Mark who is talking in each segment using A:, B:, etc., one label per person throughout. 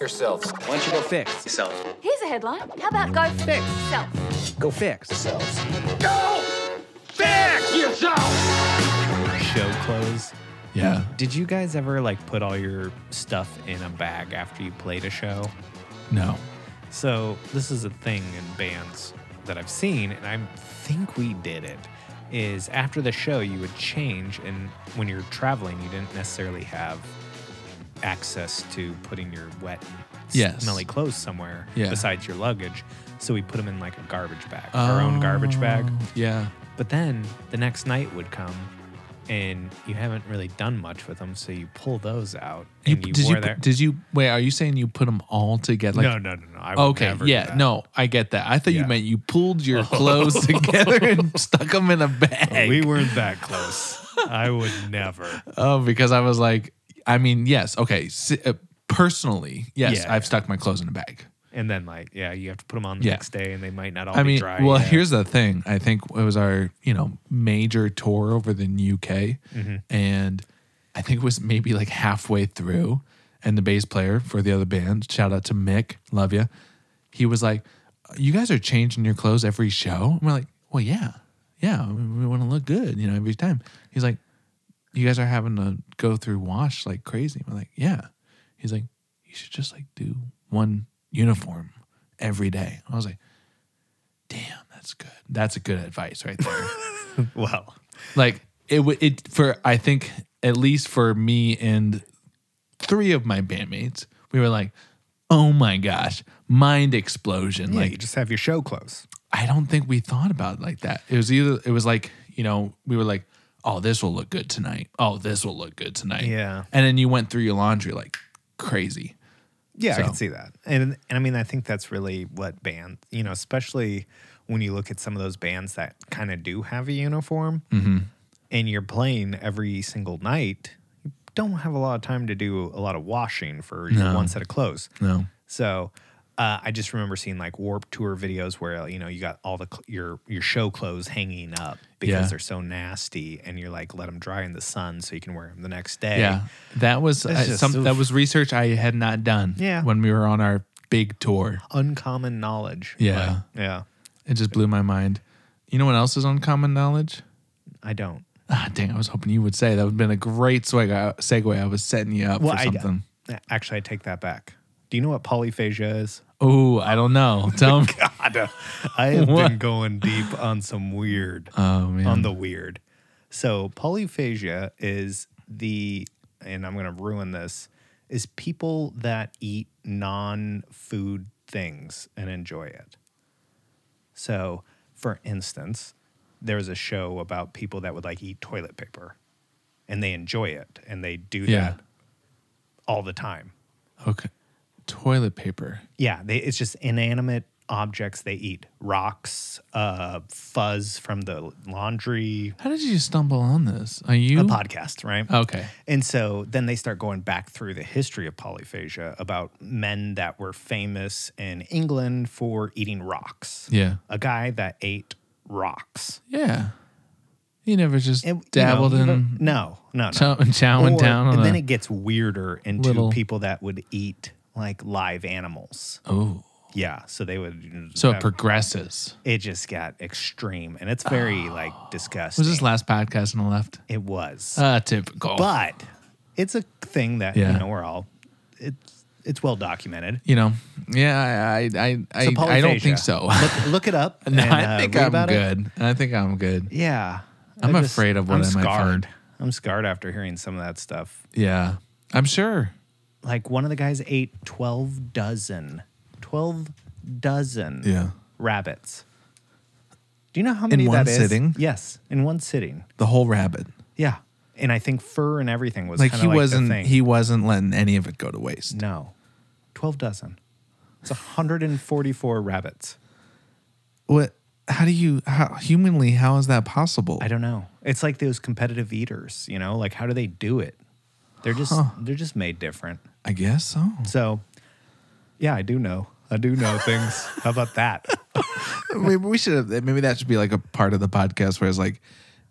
A: yourselves.
B: Why don't you go fix
C: yourself.
D: Here's a headline. How about go fix self?
B: Go fix.
A: Yourselves.
E: show clothes.
F: Yeah.
E: Did you guys ever like put all your stuff in a bag after you played a show?
F: No.
E: So this is a thing in bands that I've seen, and I think we did it. Is after the show you would change, and when you're traveling, you didn't necessarily have access to putting your wet,
F: Yes.
E: smelly clothes somewhere
F: Yeah.
E: besides your luggage. So we put them in like a garbage bag, our own garbage bag.
F: Oh, Yeah.
E: But then the next night would come, and you haven't really done much with them, so you pull those out
F: You,
E: and you,
F: did
E: wore
F: you
E: their.
F: did you wait? Are you saying you put them all together?
E: no, no, no, no. I would
F: Okay.
E: never do
F: yeah.
E: that.
F: No, I get that. I thought
E: Yeah.
F: you meant you pulled your clothes together and stuck them in a bag.
E: We weren't that close. I would never.
F: Oh, because I was like, I mean, yes. Okay. s- uh, personally, yes,
E: Yeah.
F: I've stuck my clothes in a bag.
E: And then, like, yeah, you have to put them on the
F: Yeah.
E: next day, and they might not all
F: I
E: be
F: mean,
E: dry.
F: well,
E: yet.
F: here's the thing. I think it was our, you know, major tour over the UK.
E: Mm-hmm.
F: And I think it was maybe like halfway through. And the bass player for the other band, shout out to Mick, love you. He was like, You guys are changing your clothes every show? And we're like, Well, yeah. Yeah. We, we want to look good, you know, every time. He's like, You guys are having to go through wash like crazy. We're like, Yeah. He's like, You should just like do one uniform every day. I was like, damn, that's good. That's a good advice right there.
E: well,
F: like it, w- it for I think at least for me and three of my bandmates, we were like, oh my gosh, mind explosion.
E: yeah,
F: like
E: you just have your show clothes.
F: I don't think we thought about it like that. It was either it was like you know we were like, oh this will look good tonight. Oh this will look good tonight.
E: Yeah.
F: and then you went through your laundry like crazy.
E: Yeah, I
F: So-
E: can see that. And and I mean, I think that's really what band, you know, especially when you look at some of those bands that kind of do have a uniform
F: Mm-hmm.
E: and you're playing every single night, you don't have a lot of time to do a lot of washing for your one set of clothes.
F: No.
E: So uh, I just remember seeing like warp tour videos where you know you got all the cl- your your show clothes hanging up because
F: Yeah.
E: they're so nasty, and you're like let them dry in the sun so you can wear them the next day.
F: Yeah, that was
E: It's
F: uh,
E: just-
F: some, that
E: oof.
F: was research I had not done.
E: Yeah.
F: when we were on our big tour.
E: uncommon knowledge.
F: Yeah.
E: Like, yeah.
F: It just blew my mind. You know what else is uncommon knowledge?
E: I don't.
F: Ah, dang, I was hoping you would say that would have been a great swag- uh, segue. I was setting you up for something.
E: I, actually, I take that back. Do you know what polyphagia is?
F: Oh, I don't know. Tell me.
E: God, I have been
F: What?
E: going deep on some weird,
F: Oh, man.
E: on the weird. So polyphagia is the, and I'm going to ruin this, is people that eat non-food things and enjoy it. So, for instance, there was a show about people that would like eat toilet paper, and they enjoy it, and they do
F: Yeah.
E: that all the time.
F: Okay. Toilet paper.
E: Yeah, they, it's just inanimate objects they eat rocks, uh, fuzz from the laundry,
F: How did you stumble on this? Are you?
E: a podcast, right?
F: Okay.
E: And so then they start going back through the history of polyphagia about men that were famous in England for eating rocks.
F: Yeah.
E: A guy that ate rocks.
F: Yeah. You never just
E: And, you know,
F: dabbled in
E: No, no, no.
F: chow- chowing
E: Or-
F: down on
E: and then
F: a-
E: it gets weirder into
F: little-
E: people that would eat like live animals.
F: Oh.
E: Yeah. So they would.
F: So it
E: have-
F: progresses.
E: it just got extreme and it's very like disgusting.
F: Was this last podcast on the left?
E: it was.
F: Uh, typical.
E: but it's a thing that
F: Yeah.
E: you know we're all it's it's well documented.
F: you know, yeah, I, I, I,
E: So
F: I, I don't think
E: polyphagia.
F: so.
E: Look, look it up.
F: No,
E: and, uh,
F: I think
E: read
F: I'm
E: about it.
F: good. I think I'm good.
E: Yeah.
F: I'm
E: I
F: afraid of what I might
E: scarred.
F: find.
E: I'm scarred after hearing some of that stuff.
F: Yeah, I'm sure.
E: Like one of the guys ate 12 dozen 12 dozen
F: Yeah.
E: rabbits. Do you know how many
F: one
E: that is?
F: sitting?
E: Yes, in one sitting.
F: The whole rabbit.
E: Yeah. And I think fur and everything was
F: Like
E: kinda
F: he
E: the
F: wasn't
E: thing.
F: he wasn't letting any of it go to waste.
E: No, 12 dozen. It's 144 rabbits.
F: What? How do you? How humanly? How is that possible?
E: I don't know. It's like those competitive eaters, you know? Like how do they do it? They're just they're just made different.
F: I guess so.
E: So, yeah, I do know. I do know things. How about that?
F: maybe we should. Have, maybe that should be like a part of the podcast where it's like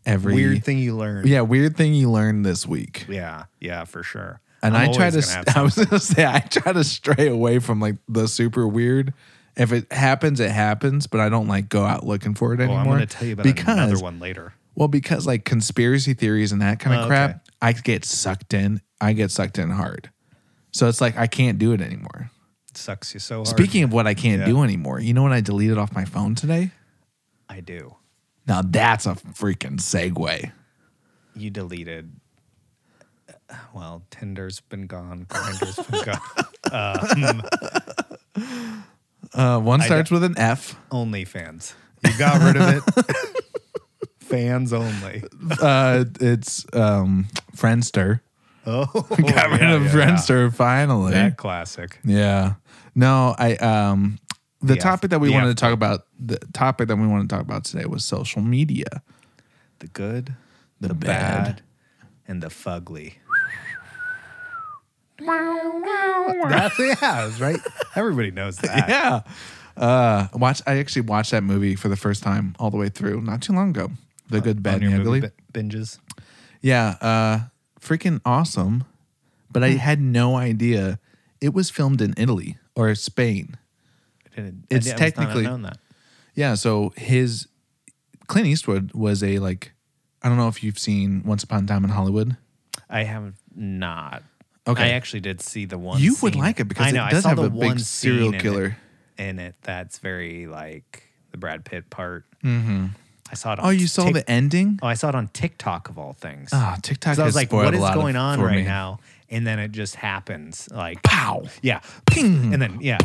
F: every
E: Weird thing you learn.
F: Yeah, weird thing you learned this week.
E: Yeah, yeah, for sure.
F: And
E: I'm
F: i try
E: always
F: to,
E: gonna have
F: st- I was gonna say, I try to stray away from like the super weird. If it happens, it happens, but I don't like go out looking for it
E: Oh,
F: anymore.
E: I'm going to tell you about another one later.
F: Well, because like conspiracy theories and that kind
E: Oh,
F: of
E: okay.
F: crap, I get sucked in. I get sucked in hard. So it's like I can't do it anymore.
E: It sucks you so hard.
F: Speaking of what I can't
E: Yeah.
F: do anymore, you know what I deleted off my phone today?
E: I do.
F: Now that's a freaking segue.
E: You deleted. uh, Well, Tinder's been gone. Grinder's been gone.
F: Uh, one starts with an F.
E: OnlyFans. You got rid of it. Fans only.
F: Uh, it's um, Friendster.
E: Oh,
F: Got rid
E: yeah,
F: of
E: yeah,
F: Friendster finally.
E: yeah. That classic.
F: Yeah. No, I um the
E: The F-
F: topic that we
E: the
F: wanted
E: F
F: to talk about the topic that we want to talk about today was social media.
E: The good,
F: The,
E: bad, and the fugly. That's, yeah, that's right. Everybody knows that.
F: Yeah. Uh watch I actually watched that movie for the first time all the way through not too long ago. The good, bad,
E: Uh, On your
F: and the
E: movie
F: ugly.
E: bi- binges.
F: yeah. Uh freaking awesome. But I
E: Hmm.
F: had no idea it was filmed in Italy or Spain.
E: I didn't-
F: It's
E: I must not have
F: technically-
E: known that.
F: Yeah, so his Clint Eastwood was a like I don't know if you've seen Once Upon a Time in Hollywood.
E: I have not.
F: Okay.
E: I actually did see the one.
F: You would
E: scene.
F: like it because
E: I
F: it
E: know,
F: does
E: I saw
F: have
E: the
F: a big
E: one
F: serial
E: scene in it-
F: killer.
E: in it. That's very like the Brad Pitt part.
F: Mm-hmm.
E: I saw it. On
F: Oh, you saw
E: Tik-
F: the ending?
E: Oh, I saw it on TikTok of all things.
F: Ah, TikTok.
E: So I was
F: has
E: like,
F: spoiled
E: what
F: a
E: is
F: lot of-
E: going on
F: for
E: right
F: me.
E: now? And then it just happens. Like,
F: Pow!
E: yeah.
F: Ping.
E: And then, yeah,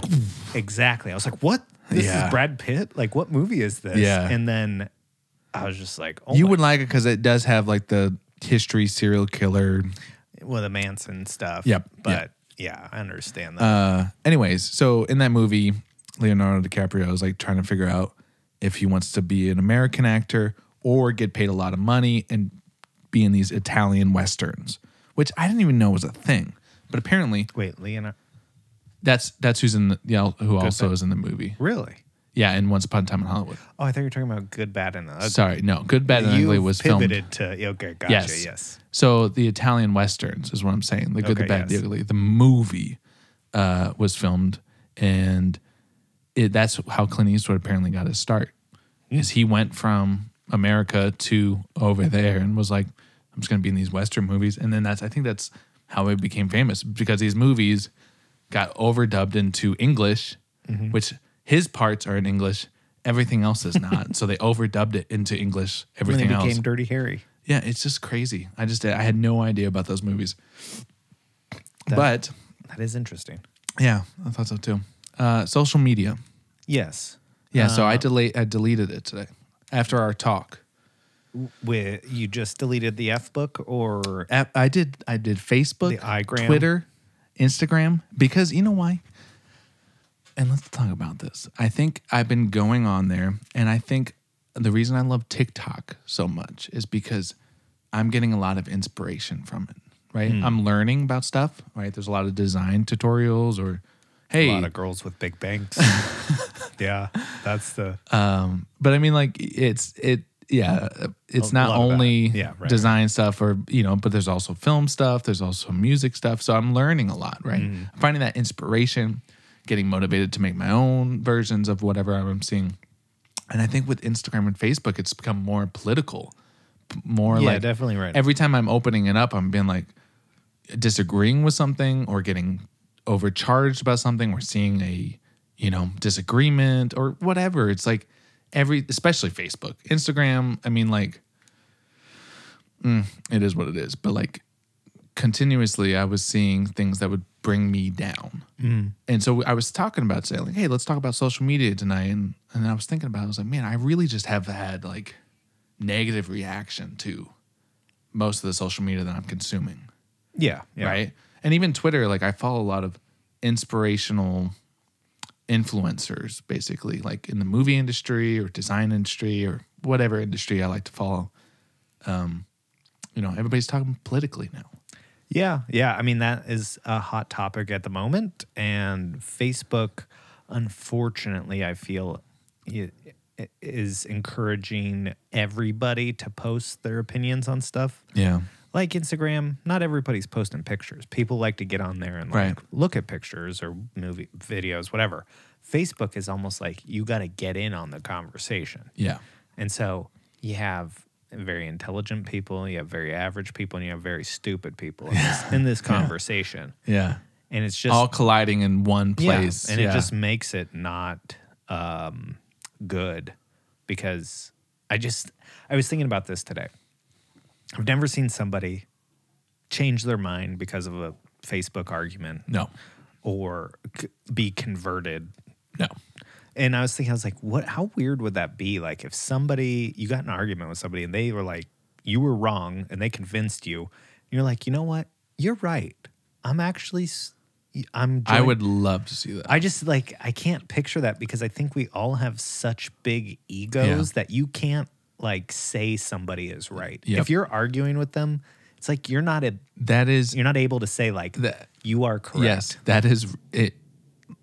E: exactly. I was like, what? This
F: Yeah.
E: is Brad Pitt? Like, what movie is this?
F: Yeah.
E: And then I was just like, oh,
F: you
E: my-
F: would like it because it does have like the history serial killer.
E: Well, the Manson stuff.
F: Yep,
E: But yeah, I understand that.
F: Uh, anyways, so in that movie, Leonardo DiCaprio is like trying to figure out if he wants to be an American actor or get paid a lot of money and be in these Italian westerns, which I didn't even know was a thing. But apparently,
E: Wait, Leonardo.
F: that's that's who's in the yeah, who also
E: thing.
F: is in the movie.
E: Really?
F: Yeah, in Once Upon a Time in Hollywood.
E: Oh, I thought you were talking about Good, Bad, and the Ugly.
F: Sorry, no. Good, Bad, and
E: You
F: Ugly was filmed.
E: pivoted to okay, gotcha.
F: yes,
E: Yes,
F: So the Italian westerns is what I'm saying. The Good, the
E: Okay,
F: Bad,
E: yes.
F: the Ugly. The movie uh, was filmed, and it, that's how Clint Eastwood apparently got his start.
E: Hmm.
F: Is he went from America to over there and was like, I'm just going to be in these western movies, and then that's I think that's how he became famous because these movies got overdubbed into English,
E: Mm-hmm.
F: which his parts are in English. Everything else is not, so they overdubbed it into English.
E: And then
F: Everything
E: he
F: else,
E: became Dirty Harry.
F: yeah, it's just crazy. I just I had no idea about those movies. but
E: That is interesting.
F: yeah, I thought so too. Uh, social media.
E: Yes,
F: Yeah, so I delete I deleted it today after our talk.
E: with you just deleted the F book or
F: I I did I did Facebook,
E: The iGram.
F: Twitter, Instagram because you know why? And let's talk about this. I think I've been going on there and I think the reason I love TikTok so much is because I'm getting a lot of inspiration from it, right?
E: Hmm.
F: I'm learning about stuff, right? There's a lot of design tutorials or hey,
E: a lot of girls with big banks. yeah, that's the
F: but I mean, like it's it, yeah. It's
E: A
F: not
E: lot of that.
F: only
E: Yeah, right,
F: design stuff or you know, but there's also film stuff. There's also music stuff. So I'm learning a lot, right?
E: Mm-hmm.
F: I'm finding that inspiration, getting motivated to make my own versions of whatever I'm seeing. And I think with Instagram and Facebook, it's become more political, p- more
E: Yeah,
F: like
E: definitely right.
F: Every time I'm opening it up, I'm being like disagreeing with something or getting overcharged about something or seeing a you know disagreement or whatever. It's like every, especially Facebook, Instagram. I mean, like mm, it is what it is, but like continuously, I was seeing things that would bring me down. And so I was talking about saying, like, hey, let's talk about social media tonight. And and I was thinking about, it, I was like, man, I really just have had like negative reaction to most of the social media that I'm consuming,
E: yeah, yeah.
F: right? And even Twitter, like I follow a lot of inspirational influencers, basically, like in the movie industry or design industry or whatever industry I like to follow. Um, you know, everybody's talking politically now.
E: Yeah, yeah. I mean, that is a hot topic at the moment. And Facebook, unfortunately, I feel i- i- is encouraging everybody to post their opinions on stuff.
F: Yeah.
E: like Instagram, not everybody's posting pictures. People like to get on there and
F: Right.
E: like look at pictures or movie videos, whatever. Facebook is almost like you got to get in on the conversation.
F: Yeah.
E: And so you have very intelligent people, you have very average people, and you have very stupid people in this, in this conversation.
F: Yeah.
E: And it's just
F: All colliding in one
E: yeah,
F: place.
E: and
F: Yeah.
E: it just makes it not um, good because I just I was thinking about this today. I've never seen somebody change their mind because of a Facebook argument
F: no.
E: or c- be converted
F: No.
E: and I was thinking, I was like, what? How weird would that be? Like, if somebody you got in an argument with somebody and they were like, you were wrong, and they convinced you, and you're like, you know what? You're right. I'm actually, s- I'm.
F: I
E: join-
F: would love to see that.
E: I just like I can't picture that because I think we all have such big egos
F: Yeah.
E: that you can't like say somebody is right.
F: Yep.
E: If you're arguing with them, it's like you're not a
F: that is
E: you're not able to say like
F: That-
E: you are correct.
F: yes, that is it.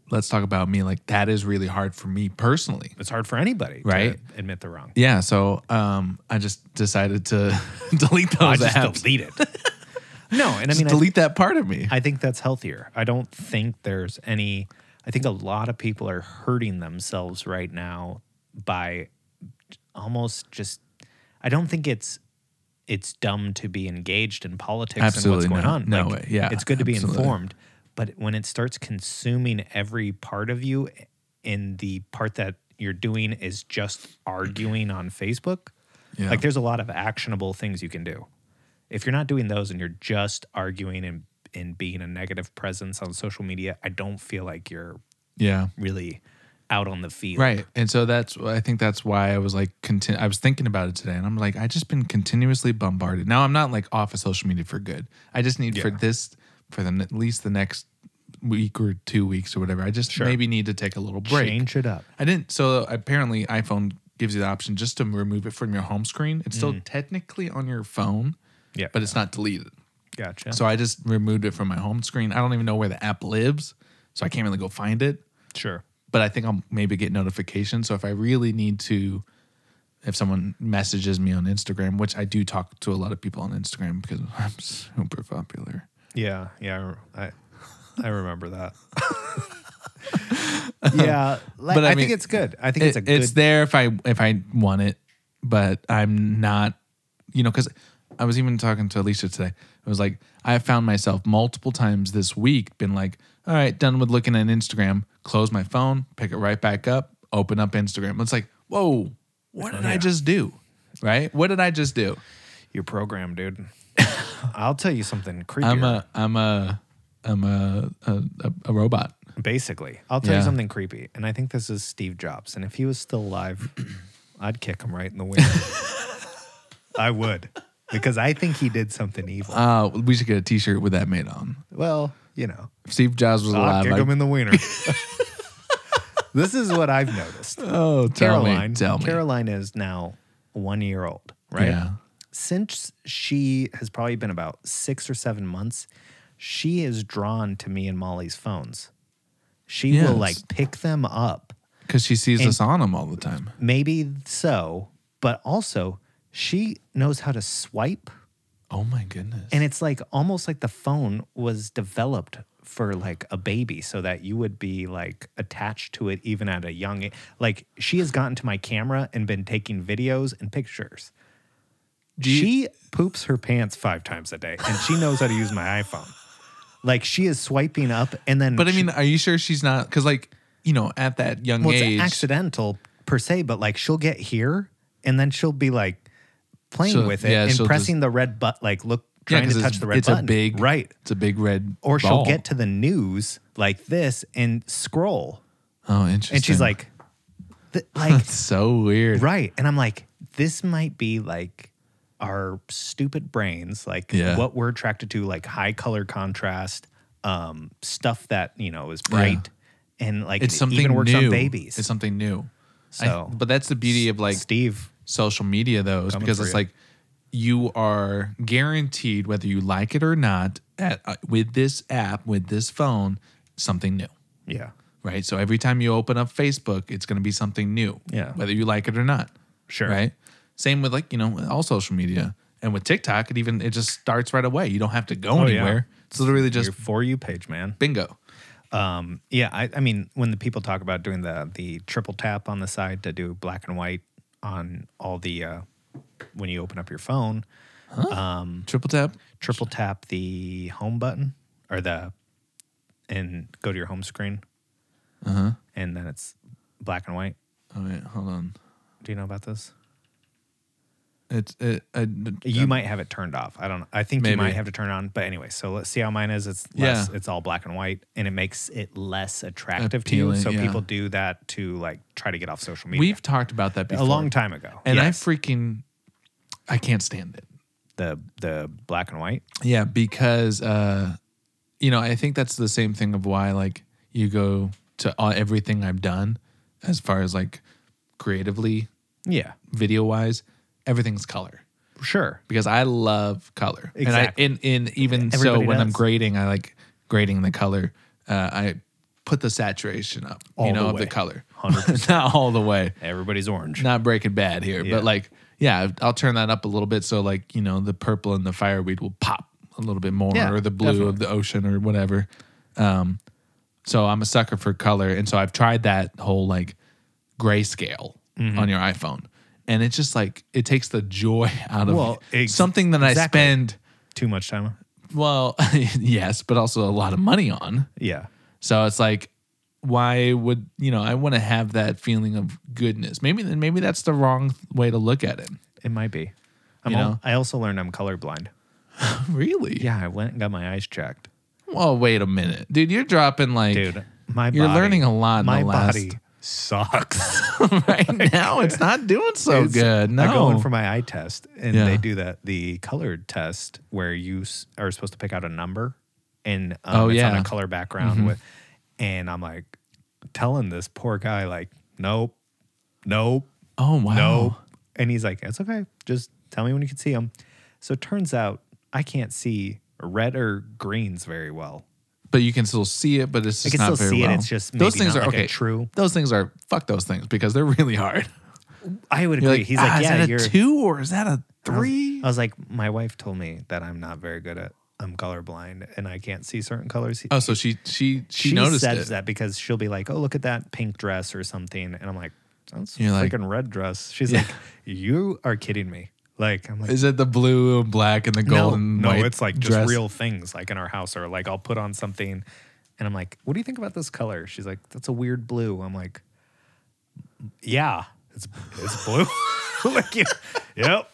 F: Let's talk about me. Like that is really hard for me personally.
E: It's hard for anybody
F: Right.
E: to admit they're wrong.
F: Yeah, so um, I just decided to Oh, delete
E: I
F: those
E: just
F: apps.
E: delete it. no, and I
F: Just
E: mean, I,
F: delete that part of me.
E: I think that's healthier. I don't think there's any. I think a lot of people are hurting themselves right now by almost just. I don't think it's it's dumb to be engaged in politics
F: Absolutely
E: and what's going
F: not.
E: on.
F: No way. Yeah,
E: it's good to be
F: absolutely.
E: informed, but when it starts consuming every part of you, and the part that you're doing is just arguing on Facebook,
F: Yeah.
E: like there's a lot of actionable things you can do. If you're not doing those and you're just arguing and and being a negative presence on social media, I don't feel like you're
F: yeah.
E: really out on the field.
F: Right. And so that's I think that's why I was like contin- I was thinking about it today and I'm like I just been continuously bombarded. Now I'm not like off of social media for good. I just need for this for the at least the next week or two weeks or whatever. I just maybe need to take a little break.
E: Change it up.
F: I didn't so apparently iPhone gives you the option just to remove it from your home screen. It's still technically on your phone,
E: Mm. Yeah.
F: but it's not deleted.
E: Gotcha.
F: So I just removed it from my home screen. I don't even know where the app lives, so I can't really go find it
E: sure.
F: but I think I'll maybe get notifications. So if I really need to, if someone messages me on Instagram, which I do talk to a lot of people on Instagram because I'm super popular.
E: Yeah. Yeah. I I remember that. yeah. Like,
F: But I
E: I, think
F: mean,
E: it's good. I think
F: It- It's,
E: it's a good
F: there if I if I want it, but I'm not, you know, because I was even talking to Alicia today. It was like I have found myself multiple times this week been like, all right, done with looking at Instagram, close my phone, pick it right back up, open up Instagram. It's like, whoa, what
E: Oh,
F: did I just do? Right? What did I just do?
E: your program, dude. I'll tell you something creepy.
F: I'm a I'm a I'm a a, a, a robot.
E: basically. I'll tell you
F: Yeah.
E: something creepy, and I think this is Steve Jobs. And if he was still alive, I'd kick him right in the window. I would, because I think he did something evil.
F: Uh, we should get a T-shirt with that made on.
E: well, you know,
F: If Steve Jobs was
E: I'll
F: alive.
E: kick him
F: I,
E: in the wiener. this is what I've noticed.
F: oh, tell
E: Caroline,
F: me, tell me.
E: Caroline is now one year old, right?
F: Yeah.
E: Since she has probably been about six or seven months, she is drawn to me and Molly's phones. She
F: Yes.
E: will like pick them up.
F: because she sees us on him all the time.
E: Maybe so, but also she knows how to swipe.
F: Oh my goodness.
E: And it's like almost like the phone was developed for like a baby so that you would be like attached to it even at a young age. Like she has gotten to my camera and been taking videos and pictures. she poops her pants five times a day and she knows how to use my iPhone. Like she is swiping up and then
F: but I
E: she-
F: mean, are you sure she's not? Because like you know, at that young
E: well,
F: age,
E: it's accidental per se, but like she'll get here and then she'll be like playing
F: She'll-
E: with it
F: yeah,
E: and
F: she'll
E: pressing the red button, like look,
F: yeah,
E: trying
F: 'cause
E: to touch
F: it's,
E: the red
F: it's
E: button.
F: a big
E: right.
F: It's a big red.
E: Or she'll
F: ball.
E: get to the news like this and scroll,
F: Oh, interesting.
E: and she's like, th- like
F: It's so weird.
E: right, and I'm like, this might be like our stupid brains, like
F: Yeah.
E: what we're attracted to, like high color contrast, um, stuff that you know is bright, and like
F: It's
E: it
F: something
E: even works
F: new.
E: on babies.
F: It's something new. I-
E: So-
F: but that's the beauty of like
E: Steve,
F: social media though is
E: Coming
F: because
E: for
F: it's
E: you.
F: like you are guaranteed whether you like it or not at, uh, with this app with this phone something new
E: yeah,
F: right so every time you open up facebook it's going to be something new
E: Yeah.
F: whether you like it or not
E: Sure.
F: right same with like you know all social media And with TikTok, it even it just starts right away. You don't have to go
E: Oh, yeah.
F: anywhere. It's literally just
E: Your for you page, man.
F: bingo.
E: Um, yeah, I, I mean, when the people talk about doing the the triple tap on the side to do black and white on all the uh, when you open up your phone, Mm.
F: Triple tap.
E: triple tap the home button or the and go to your home screen, uh-huh. and then it's black and white.
F: All right, hold on.
E: Do you know about this?
F: It's it, I,
E: You might have it turned off. I don't. I think you
F: Maybe.
E: might have to turn it on. But anyway, so let's see how mine is. It's less.
F: Yeah.
E: It's all black and white, and it makes it less attractive to
F: Appealing,
E: you. So
F: yeah.
E: people do that to like try to get off social media.
F: we've talked about that before
E: a long time ago,
F: and
E: Yes.
F: I freaking I can't stand it.
E: the the black and white.
F: Yeah, because uh, you know, I think that's the same thing of why like you go to all, everything I've done as far as like creatively,
E: Yeah,
F: video wise, everything's color
E: sure.
F: because I love color.
E: Exactly.
F: And I in in even so
E: Everybody
F: when I'm
E: does.
F: grading, I like grading the color. Uh, I put the saturation up,
E: All
F: you know,
E: the
F: of
E: way.
F: the color.
E: 100%.
F: Not all the way.
E: Everybody's orange.
F: Not breaking bad here,
E: Yeah.
F: but like yeah, I'll turn that up a little bit so like, you know, the purple and the fireweed will pop a little bit more
E: Yeah,
F: or the blue of the ocean or whatever. Um so I'm a sucker for color and so I've tried that whole like grayscale
E: Mm-hmm.
F: on your iPhone. And it's just like it takes the joy out of
E: Well, ex-
F: something that
E: exactly.
F: I spend
E: Too much time. on-
F: well, yes, but also a lot of money on.
E: Yeah,
F: So it's like, why would you know? I want to have that feeling of goodness. Maybe then maybe that's the wrong way to look at it.
E: it might be. I'm
F: You
E: al-
F: know?
E: I also learned I'm colorblind.
F: Really?
E: Yeah, I went and got my eyes checked.
F: Well, wait a minute, dude. You're dropping like,
E: Dude, my
F: you're
E: body-
F: learning a lot. In
E: my
F: the last,
E: body sucks.
F: right now. It's not doing so
E: It's-
F: good. No.
E: I go in for my eye test, and
F: Yeah.
E: they do that the colored test where you s- are supposed to pick out a number, and
F: Oh,
E: um, it's
F: yeah.
E: on
F: Mm-hmm.
E: a color background with, and I'm like telling this poor guy like, nope, nope,
F: oh wow.
E: nope, and he's like, it's okay, just tell me when you can see them. So it turns out I can't see red or greens very well.
F: But you can still see it. But it's just
E: can
F: not
E: still
F: very
E: see it,
F: well.
E: it's just
F: those
E: maybe
F: things
E: not
F: are
E: like a
F: okay.
E: true-
F: Those things are fuck those things because they're really hard.
E: I would
F: You're
E: agree.
F: like,
E: he's like,
F: "Ah, is
E: yeah,
F: that a
E: you're
F: two or is that a three?
E: I was like, my wife told me that I'm not very good at. I'm colorblind and I can't see certain colors.
F: Oh, so she she she,
E: she
F: noticed
E: says
F: it.
E: that because she'll be like, "Oh, look at that pink dress or something," and I'm like, "That's
F: You're like-
E: freaking red dress." She's
F: Yeah.
E: like, "You are kidding me!" Like I'm like,
F: Is it the blue and black and the
E: "No,
F: gold and
E: no,
F: white?
E: it's like just
F: dress?
E: real things like in our house or like I'll put on something, and I'm like, "What do you think about this color?" She's like, "That's a weird blue." I'm like, "Yeah, it's it's blue." like, yeah, yep,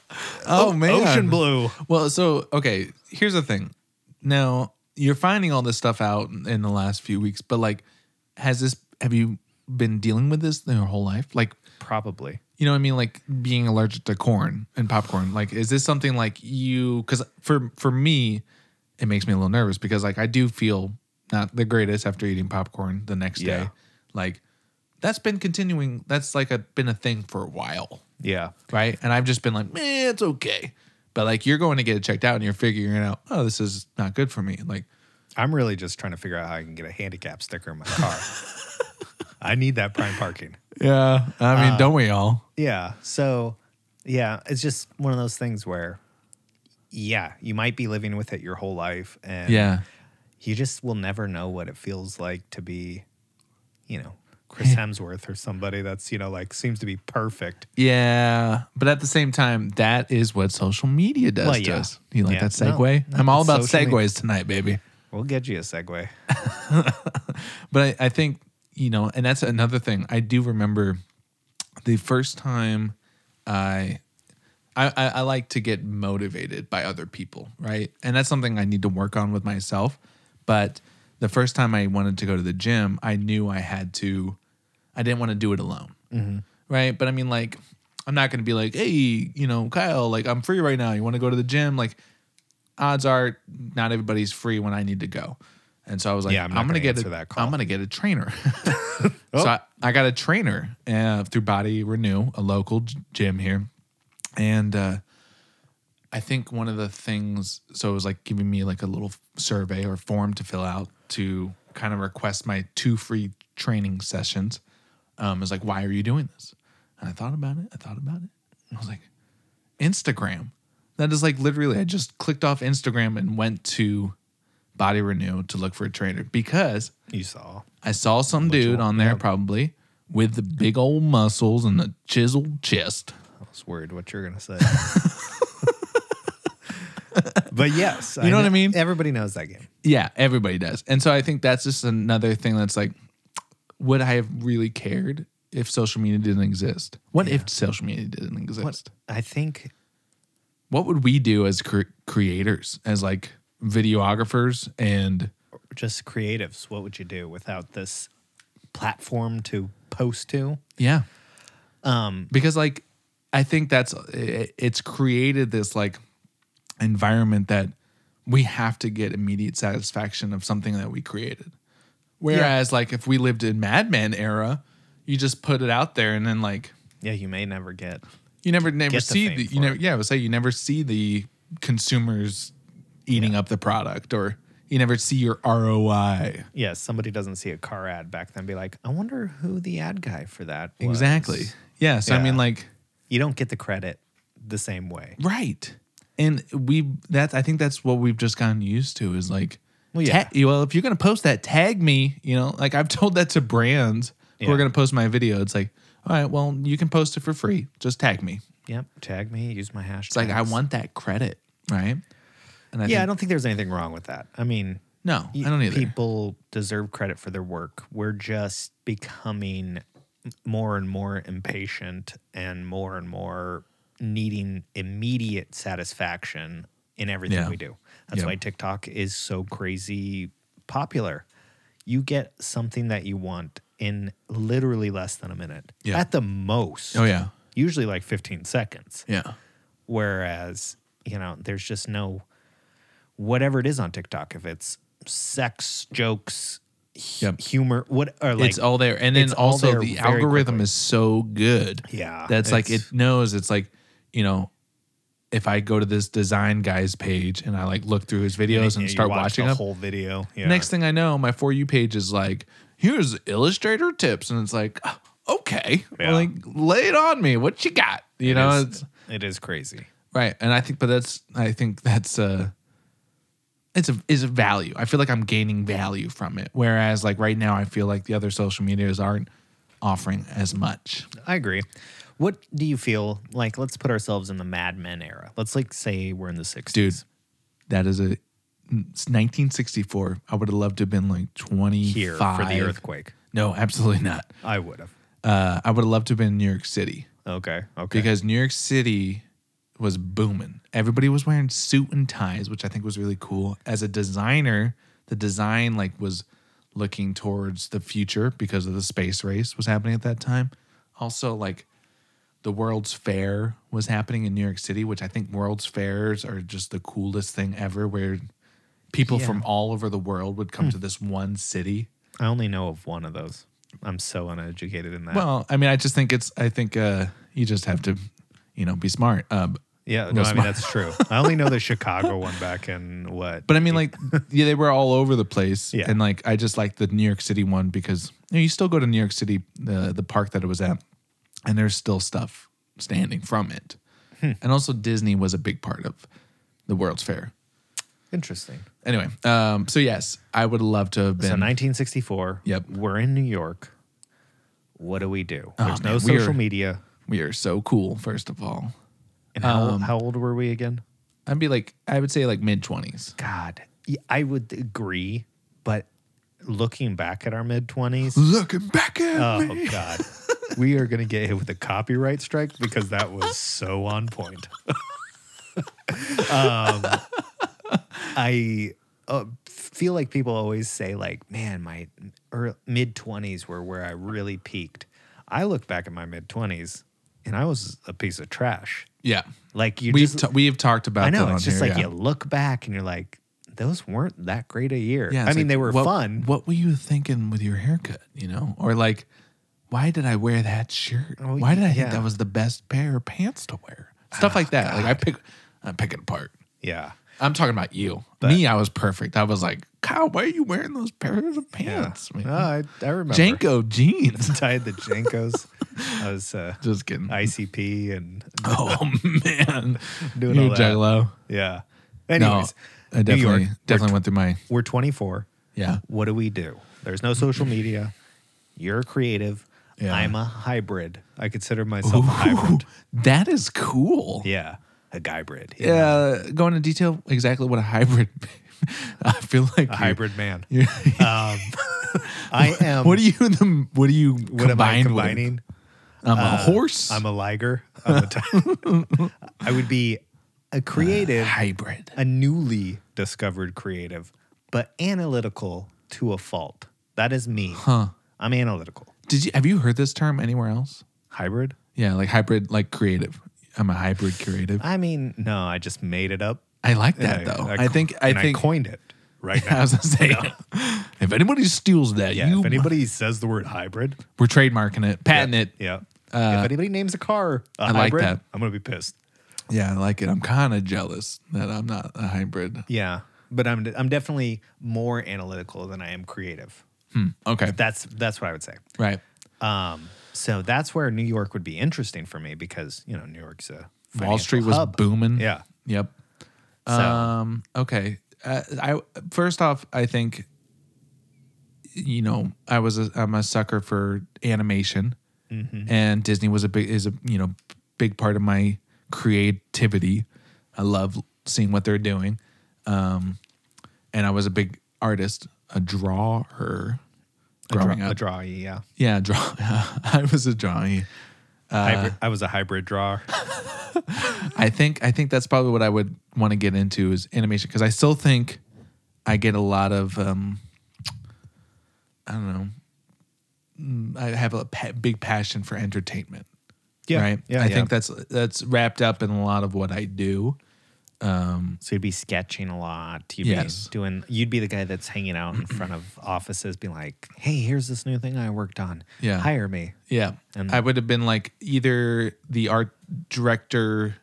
F: Oh man,
E: ocean blue.
F: Well, so okay, here's the thing. Now you're finding all this stuff out in in the last few weeks, but like, has this? Have you been dealing with this your whole life? Like,
E: Probably.
F: you know what I mean? Like being allergic to corn and popcorn. Like, is this something like you? Because for for me, it makes me a little nervous because like I do feel not the greatest after eating popcorn the next
E: Yeah.
F: day. Like that's been continuing. That's like a been a thing for a while,
E: Yeah.
F: right? And I've just been like, eh, it's okay. But like you're going to get it checked out and you're figuring out, oh, this is not good for me. Like
E: I'm really just trying to figure out how I can get a handicap sticker in my car. I need that prime parking.
F: yeah, I mean, don't we all?
E: Yeah. So, yeah, it's just one of those things where, yeah, you might be living with it your whole life and
F: Yeah,
E: you just will never know what it feels like to be, you know, Chris Hemsworth or somebody that's, you know, like seems to be perfect.
F: Yeah, but at the same time, that is what social media does
E: Well,
F: to
E: yeah.
F: us. You like
E: Yeah.
F: that segue?
E: No, no,
F: I'm all about
E: social
F: segues
E: media-
F: tonight, baby.
E: We'll get you a segue.
F: But I, I think you know, and that's another thing. I do remember the first time I, I, I, I like to get motivated by other people, right? And that's something I need to work on with myself. But the first time I wanted to go to the gym, I knew I had to. I didn't want to do it alone,
E: Mm-hmm.
F: right? But I mean, like, I'm not going to be like, hey, you know, Kyle, like, I'm free right now. You want to go to the gym? Like, odds are not everybody's free when I need to go. And so I was like,
E: Yeah, I'm
F: I'm,
E: not
F: gonna,
E: gonna
F: get a,
E: answer that call. Oh.
F: I'm gonna get a trainer. So I, I got a trainer uh, through Body Renew, a local g- gym here, and uh, I think one of the things so it was like giving me like a little survey or form to fill out to kind of request my two free training sessions. Um, it was like, why are you doing this? And I thought about it. I thought about it. and I was like, Instagram. That is like literally, I just clicked off Instagram and went to Body Renew to look for a trainer because
E: You saw.
F: I saw some dude on there probably with the big old muscles and the chiseled chest.
E: I was worried what you're gonna say. but yes,
F: You know what I mean?
E: Everybody knows that game.
F: Yeah, everybody does. And so I think that's just another thing that's like, would I have really cared if social media didn't exist? What if social media didn't exist?
E: What I think
F: what would we do as cre- creators, as like videographers and
E: just creatives, what would you do without this platform to post to?
F: yeah, um, because like I think that's it, it's created this like environment that we have to get immediate satisfaction of something that we created. Whereas like if we lived in Mad Men era, you just put it out there and then like
E: Yeah, you may never get.
F: you never never
E: Get the
F: see
E: fame
F: the, you
E: for
F: never
E: it.
F: yeah I would say you never see the consumers eating up the product or you never see your ROI.
E: Yeah, somebody doesn't see a car ad back then, be like, I wonder who the ad guy for that. Was.
F: Exactly. Yeah. So I
E: Yeah.
F: mean, like,
E: You don't get the credit the same way.
F: right. And we that I think that's what we've just gotten used to is like,
E: Well, yeah.
F: ta- well, if you're gonna post that, tag me. You know, like I've told that to brands who are
E: Yeah.
F: gonna post my video. It's like, all right, well, you can post it for free. Just tag me.
E: Yep. Tag me. Use my hashtag.
F: It's like I want that credit, right? And I
E: Yeah, I
F: think,
E: don't think there's anything wrong with that. I mean,
F: no,
E: y-
F: I don't either.
E: People deserve credit for their work. We're just becoming m- more and more impatient and more and more needing immediate satisfaction in everything
F: Yeah.
E: we do. That's
F: Yeah.
E: why TikTok is so crazy popular. You get something that you want in literally less than a minute.
F: Yeah.
E: At the most.
F: Oh yeah,
E: Usually like 15 seconds.
F: yeah,
E: Whereas, you know, there's just no whatever it is on TikTok, if it's sex jokes, hu-
F: Yep.
E: humor, what or like
F: it's all there. And then
E: it's all
F: also
E: there
F: the
E: very
F: algorithm
E: quickly.
F: is so good.
E: Yeah,
F: That's like
E: it's-
F: it knows it's like, you know, if I go to this design guy's page and I like look through his
E: you know,
F: videos and,
E: you
F: start
E: watch
F: watching
E: the
F: them,
E: whole video. Yeah.
F: next thing I know, my for you page is like, here's illustrator tips. And it's like, "Ah, okay.
E: Yeah.
F: Like lay it on me. What you got? You know,
E: is-
F: it's
E: it is crazy.
F: Right. And I think but that's I think that's uh it's a is a value. I feel like I'm gaining value from it. Whereas like right now I feel like the other social medias aren't offering as much.
E: I agree. What do you feel like? Let's put ourselves in the Mad Men era. Let's like say we're in the 60s.
F: Dude, that is a it's 1964. I would have loved to have been like 25
E: here for the earthquake.
F: No, absolutely not.
E: I would have.
F: Uh, I would have loved to have been in New York City
E: Okay. Okay.
F: because New York City was booming. Everybody was wearing suit and ties, which I think was really cool. As a designer, the design like was looking towards the future because of the space race was happening at that time. Also, like the World's Fair was happening in New York City, which I think World's Fairs are just the coolest thing ever where people from all over the world would come to this one city.
E: I only know of one of those. I'm so uneducated in that.
F: Well, I mean, I just think it's I think uh you just have to, you know, be smart. Uh,
E: Yeah, no,
F: Well,
E: I mean
F: smart.
E: that's true. I only know the Chicago one back in what?
F: But I mean, like, yeah, they were all over the place.
E: Yeah.
F: And like, I just like the New York City one because you, know, you still go to New York City, the the park that it was at, and there's still stuff standing from it.
E: Hmm.
F: And also, Disney was a big part of the World's Fair.
E: interesting.
F: Anyway, um, so yes, I would love to have
E: So
F: been.
E: 1964.
F: Yep.
E: we're in New York. What do we do?
F: Oh,
E: There's no
F: man, we
E: social
F: are-
E: media.
F: we are so cool, first of all.
E: And how, how old were we again?
F: I'd be like, I would say like mid 20s.
E: God, y- I would agree, but looking back at our mid 20s,
F: Looking back at me.
E: oh God, we are gonna get hit with a copyright strike because that was so on point. um, I uh, feel like people always say like, man, my mid twenties were where I really peaked. I look back at my mid twenties, and I was a piece of trash.
F: Yeah.
E: Like you
F: We've,
E: just
F: ta- we've talked about
E: I know.
F: that
E: It's
F: on
E: just
F: here,
E: like
F: yeah.
E: you look back and you're like, those weren't that great a year.
F: it's
E: I mean,
F: like,
E: they were
F: what-
E: fun.
F: What were you thinking with your haircut? You know, or like, why did I wear that shirt?
E: Oh,
F: why did I think
E: yeah. Oh,
F: that was the best pair of pants to wear? Stuff like that. Like I pick, I pick it apart.
E: yeah.
F: I'm talking about you. Me, I was perfect. I was like, Kyle, why are you
E: Ah,
F: wearing those pairs of pants?
E: Oh, I, I remember.
F: Janko jeans.
E: Tied the Jankos. I was uh,
F: Just kidding.
E: ICP and
F: oh man,
E: Doing
F: you
E: all that.
F: juggalo.
E: yeah. Anyways,
F: no, I
E: New York,
F: definitely
E: we're
F: definitely went through my
E: we're 24.
F: yeah.
E: What do we do? There's no social media. You're creative.
F: Yeah.
E: I'm a hybrid. I consider myself a hybrid.
F: that is cool.
E: Yeah, a hybrid. you know,
F: Yeah, go into detail exactly what a hybrid. I feel like
E: a hybrid man.
F: you
E: Um, I am.
F: what are you the? What are you?
E: What am I
F: combined with?
E: combining? Uh,
F: I'm a horse.
E: I'm a liger. I'm a t- I would be a creative,
F: hybrid.
E: a newly discovered creative, but analytical to a fault. That is me. Huh. I'm analytical.
F: Did you have you heard this term anywhere else?
E: Hybrid?
F: Yeah, like hybrid, like creative. I'm a hybrid creative.
E: I mean, no, I just made it up.
F: I like that
E: And
F: though.
E: co-
F: I, think I
E: and
F: think
E: I coined it right
F: I
E: now.
F: was gonna say if anybody steals that,
E: yeah,
F: you
E: if anybody says the word hybrid,
F: we're trademarking it, patent it. Uh,
E: yeah. if anybody names a car a
F: I like
E: hybrid,
F: that.
E: I'm gonna be pissed.
F: Yeah, I like it. I'm kind of jealous that I'm not a hybrid.
E: Yeah, but I'm I'm definitely more analytical than I am creative.
F: Okay,
E: That's that's what I would say.
F: right.
E: Um, so that's where New York would be interesting for me because you know New York's a
F: Wall
E: financial
F: Street was
E: hub.
F: booming.
E: Yeah.
F: Yep.
E: So
F: Um. Okay. Uh, I first off, I think, you know, I was a, I'm a sucker for animation,
E: Mm-hmm.
F: and Disney was a big is a you know big part of my creativity. I love seeing what they're doing, um, and I was a big artist, a drawer.
E: a,
F: Growing
E: draw,
F: up,
E: a draw, yeah.
F: yeah, draw. I was a drawing. Uh,
E: hybrid, I was a hybrid drawer.
F: I think I think that's probably what I would want to get into is animation because I still think I get a lot of um, I don't know. Mm, I have a pa- big passion for entertainment.
E: Yeah,
F: right.
E: yeah,
F: I
E: yeah.
F: think that's that's wrapped up in a lot of what I do.
E: So you'd be sketching a lot. You'd
F: Yes.
E: be doing. You'd be the guy that's hanging out in front of offices, being like, "Hey, here's this new thing I worked on.
F: Yeah.
E: hire me."
F: Yeah.
E: And-
F: I would have been like either the art director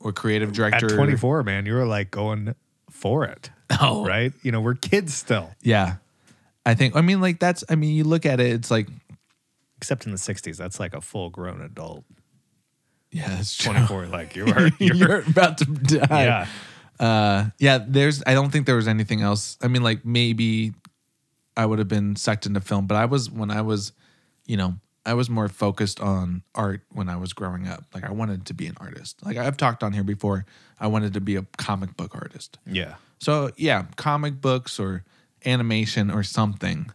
F: or creative
E: At
F: director
E: 24, man, you were like going for it,
F: Oh,
E: right? You know, we're kids still,
F: Yeah. I think I mean like that's I mean you look at it it's like
E: except in the 60s. That's like a full grown adult.
F: yeah, that's true.
E: 24, like you are. You're,
F: You're about to die.
E: yeah,
F: Uh, yeah, there's. I don't think there was anything else. I mean, like maybe I would have been sucked into film, but I was when I was, you know, I was more focused on art when I was growing up. Like I wanted to be an artist. Like I've talked on here before, I wanted to be a comic book artist.
E: yeah.
F: So yeah, comic books or animation or something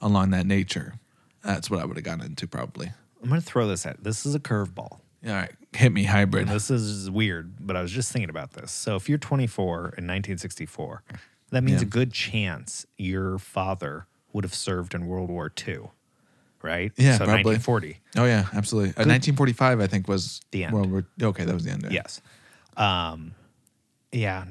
F: along that nature. That's what I would have gotten into probably.
E: I'm gonna throw this at. This is a curveball.
F: All right, hit me hybrid.
E: This is weird, but I was just thinking about this. So if you're 24 in 1964, that means
F: Yeah.
E: a good chance your father would have served in World War II, right?
F: Yeah,
E: so
F: probably.
E: 1940.
F: Oh yeah, absolutely. Uh, 1945, I think was
E: The end.
F: World War. Okay, that was the end. yeah.
E: Yes. Um, yeah,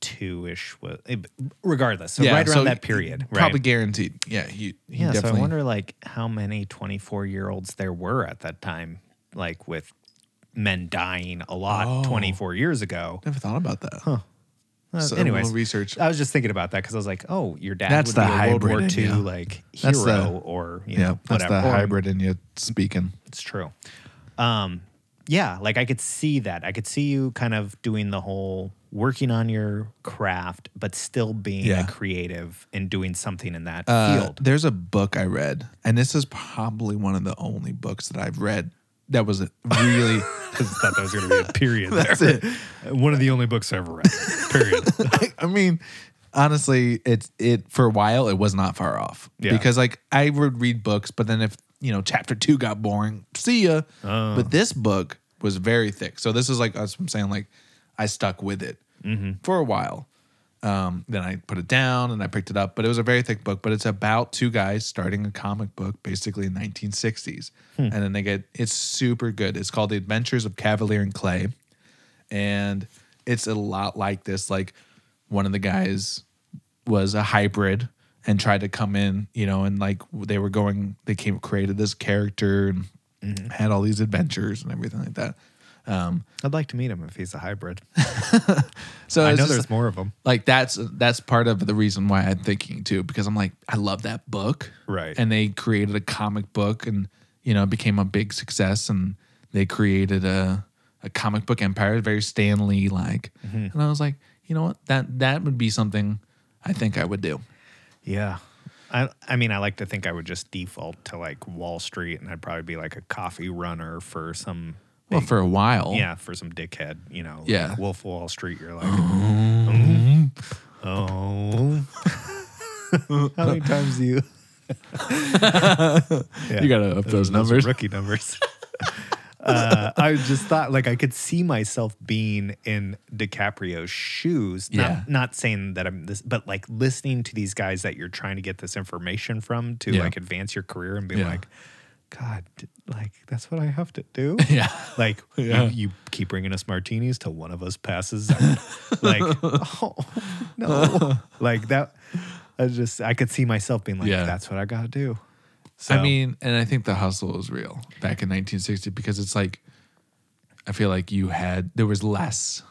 E: 1942-ish was eh, b- regardless. So right around
F: so
E: that period, right?
F: Probably guaranteed. Yeah, he, he
E: yeah, so
F: definitely.
E: I wonder like how many 24-year-olds there were at that time like with men dying a lot
F: Oh.
E: 24 years ago.
F: never thought about that.
E: Uh,
F: So,
E: anyways,
F: we'll research.
E: I was just thinking about that because I was like, oh, your dad
F: That's
E: would
F: the
E: be a World War
F: hybrid
E: II
F: in you.
E: like
F: That's
E: hero
F: the-
E: or you
F: yeah,
E: know,
F: that's
E: whatever.
F: the
E: Or-
F: hybrid in you speaking.
E: It's true. Um, yeah, like I could see that. I could see you kind of doing the whole working on your craft, but still being
F: Yeah.
E: a creative and doing something in that
F: Uh,
E: field.
F: there's a book I read, and this is probably one of the only books that I've read that was really.
E: I just thought that was going to be a period.
F: that's
E: there.
F: it.
E: One of the only books I ever read. Period.
F: I mean, honestly, it's it for a while. It was not far off
E: Yeah.
F: because like I would read books, but then if you know chapter two got boring, see ya. But this book was very thick, so this is like that's what I'm saying. Like I stuck with it for a while. Um, then I put it down and I picked it up, but it was a very thick book. But it's about two guys starting a comic book, basically in 1960s, and then they get it's super good. It's called The Adventures of Cavalier and Clay and it's a lot like this like one of the guys was a hybrid and tried to come in you know and like they were going they came created this character and
E: Mm-hmm.
F: had all these adventures and everything like that
E: I'd like to meet him if he's a hybrid.
F: so
E: I
F: Uh, it's
E: know
F: just-
E: there's more of them.
F: like that's that's part of the reason why I'm thinking too because I'm like I love that book
E: Right.
F: and they created a comic book and you know, it became a big success and they created a, a comic book empire, very Stan Lee like.
E: Mm-hmm.
F: And I was like, you know what? That that would be something I think I would do.
E: Yeah. I, I mean, I like to think I would just default to like Wall Street and I'd probably be like a coffee runner for some,
F: Well, for a while.
E: yeah, for some dickhead, you know, like
F: Oh. Yeah. Mm-hmm.
E: Wolf of Wall Street. You're like, oh. How many times do you? Yeah.
F: You gotta up those numbers.
E: rookie numbers. uh, I just thought like I could see myself being in DiCaprio's shoes. Not,
F: Yeah.
E: not saying that I'm this, but like listening to these guys that you're trying to get this information from to
F: Yeah.
E: like advance your career and be
F: Yeah.
E: like, God, d- like that's what I have to do.
F: Yeah.
E: Like
F: Yeah.
E: you, you keep bringing us martinis till one of us passes out. like, oh no, like that. I just I could see myself being like,
F: Yeah.
E: that's what I gotta do. So,
F: I mean, and I think the hustle is real back in 1960 because it's like, I feel like you had, there was less.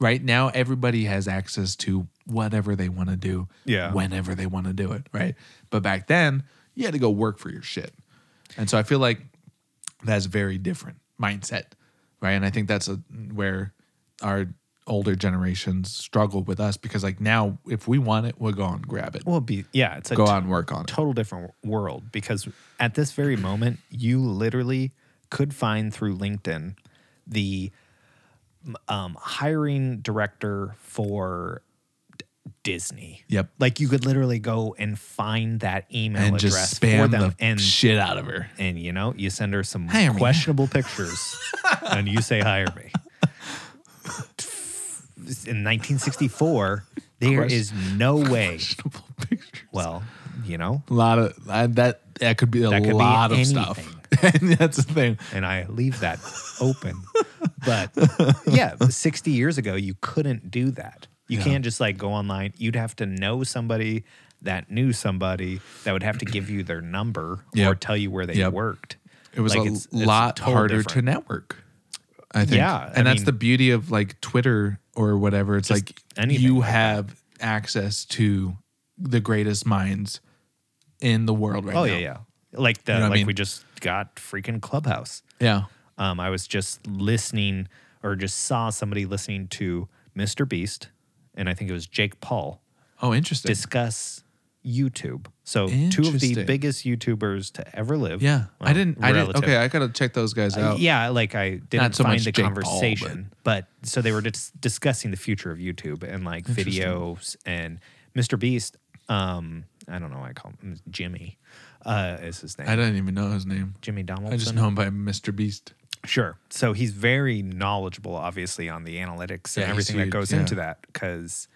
F: Right now, everybody has access to whatever they want to do,
E: Yeah.
F: whenever they want to do it, right? But back then, you had to go work for your shit. And so I feel like that's very different mindset, right? And I think that's a, where our older generations struggle with us because, like, now if we want it, we'll go and grab it,
E: well, be yeah, it's a
F: go
E: t-
F: out and work on it.
E: total different world because at this very moment, you literally could find through LinkedIn the um, hiring director for D- Disney.
F: Yep.
E: Like you could literally go and find that email
F: And
E: address
F: just
E: for
F: spam
E: them
F: the
E: and
F: shit out of her.
E: and you know you send her some
F: Hire me.
E: questionable pictures and you say hire me in 1964 there
F: Question-
E: is no way
F: picture.
E: well you know
F: A lot of I, that that could be a
E: That could be
F: lot of stuff. and that's the thing.
E: and i leave that open but yeah 60 years ago you couldn't do that you can't just like go online you'd have to know somebody that knew somebody that would have to give you their number or
F: Yep.
E: tell you where they
F: Yep.
E: worked
F: It was
E: Like,
F: a
E: it's- it's
F: lot
E: total
F: harder
E: different.
F: to network. I think.
E: Yeah, I
F: and that's
E: mean-
F: the beauty of like Twitter or whatever. It's
E: Just
F: like
E: anything
F: you
E: like that.
F: have access to the greatest minds in the world right
E: Oh
F: now.
E: yeah, yeah. Like the
F: know what I
E: like
F: mean?
E: we just got freaking Clubhouse.
F: yeah.
E: Um, I was just listening or just saw somebody listening to Mr. Beast, and I think it was Jake Paul
F: Oh, interesting.
E: discuss YouTube. So two of the
F: Interesting.
E: biggest YouTubers to ever live.
F: yeah. I
E: Well,
F: didn't. I didn't.
E: relative.
F: Okay, I gotta check those guys
E: Uh,
F: out.
E: yeah, like I didn't
F: Not so
E: find
F: much
E: the
F: Jake Paul, but-
E: conversation, but. so they were just discussing the future of YouTube and like videos and Mr. Beast. Um, I don't know why I call him Jimmy. Uh, is his name
F: I don't even know his name.
E: Jimmy Donaldson?
F: I just know him by Mr. Beast.
E: Sure. So he's very knowledgeable, obviously, on the analytics
F: Yeah,
E: and
F: he's
E: everything that
F: huge,
E: goes
F: yeah.
E: into that, because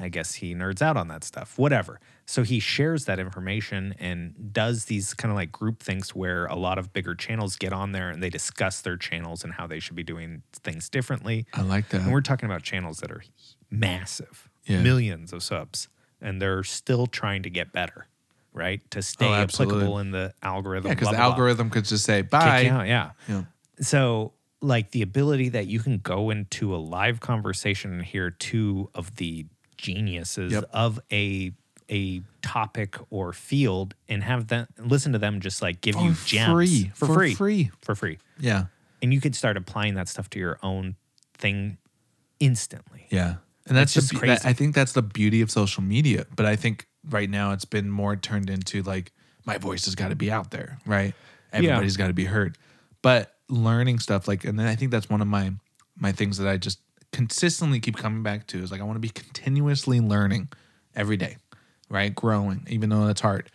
E: I guess he nerds out on that stuff, whatever. So he shares that information and does these kind of like group things where a lot of bigger channels get on there and they discuss their channels and how they should be doing things differently.
F: I like that.
E: And we're talking about channels that are massive,
F: Yeah.
E: millions of subs, and they're still trying to get better, right? To stay
F: Oh, absolutely.
E: applicable in the algorithm.
F: Yeah, because
E: blah,
F: the
E: blah, blah.
F: algorithm could just say
E: Kick you
F: bye.
E: out, yeah.
F: Yeah.
E: So, like the ability that you can go into a live conversation and hear two of the geniuses
F: Yep.
E: of a a topic or field and have them listen to them just like give you
F: For
E: gems
F: free.
E: for,
F: For
E: free
F: free.
E: for free,
F: Yeah.
E: and you could start applying that stuff to your own thing instantly.
F: Yeah. And that's
E: It's
F: the
E: just
F: be- that-
E: crazy.
F: I think that's the beauty of social media. But I think right now it's been more turned into like my voice has got to be out there, right? Everybody's got to be heard. But learning stuff like and then I think that's one of my my things that I just consistently keep coming back to is like I want to be continuously learning every day, right? Growing, even though that's hard.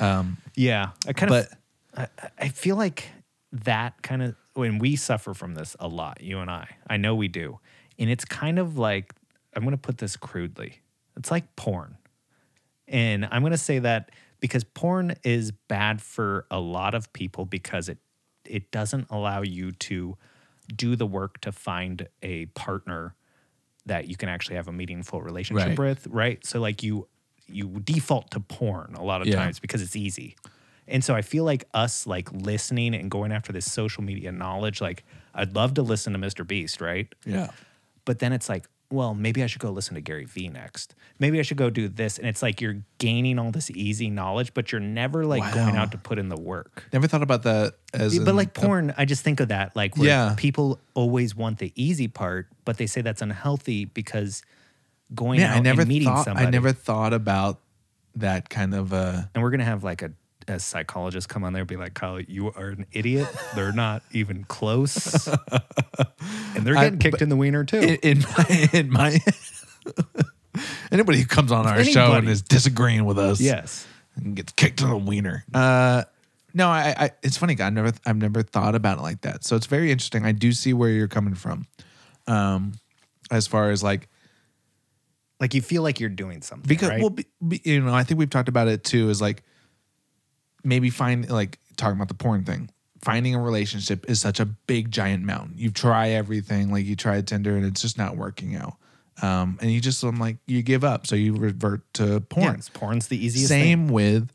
E: Yeah, I kind
F: But
E: of I feel like that kind of when we suffer from this a lot, you and I. I know we do. And it's kind of like I'm going to put this crudely. It's like porn. And I'm going to say that because porn is bad for a lot of people because it it doesn't allow you to do the work to find a partner that you can actually have a meaningful relationship
F: Right.
E: with, right? So like you you default to porn a lot of
F: Yeah.
E: times because it's easy. And so I feel like us like listening and going after this social media knowledge like I'd love to listen to Mr. Beast, right?
F: yeah.
E: But then it's like, well, maybe I should go listen to Gary Vee next. Maybe I should go do this. And it's like you're gaining all this easy knowledge, but you're never like going
F: Wow.
E: out to put in the work.
F: Never thought about that as
E: but
F: in-
E: like porn, I just think of that like where
F: Yeah.
E: people always want the easy part, but they say that's unhealthy because going
F: Man,
E: out
F: I never
E: and meeting
F: thought
E: somebody.
F: I never thought about that kind of uh
E: and we're gonna have like a, a psychologist come on there and be like, Kyle, you are an idiot. They're not even close, and they're
F: I-
E: getting kicked
F: but
E: in the wiener too.
F: in, in my in my anybody who comes on our show and
E: Anybody.
F: is disagreeing with us
E: yes,
F: and gets kicked in the wiener. Uh, no, I, I it's funny. I never I've never thought about it like that. So it's very interesting. I do see where you're coming from, um, as far as like
E: like you feel like you're doing something
F: because
E: right?
F: well, be, be, you know, I think we've talked about it too. Is like maybe find like talking about the porn thing. Finding a relationship is such a big giant mountain. You try everything, like you try Tinder, and it's just not working out. Um, and you just I'm like you give up, so you revert to porn.
E: Yes, porn's the easiest. thing.
F: Same with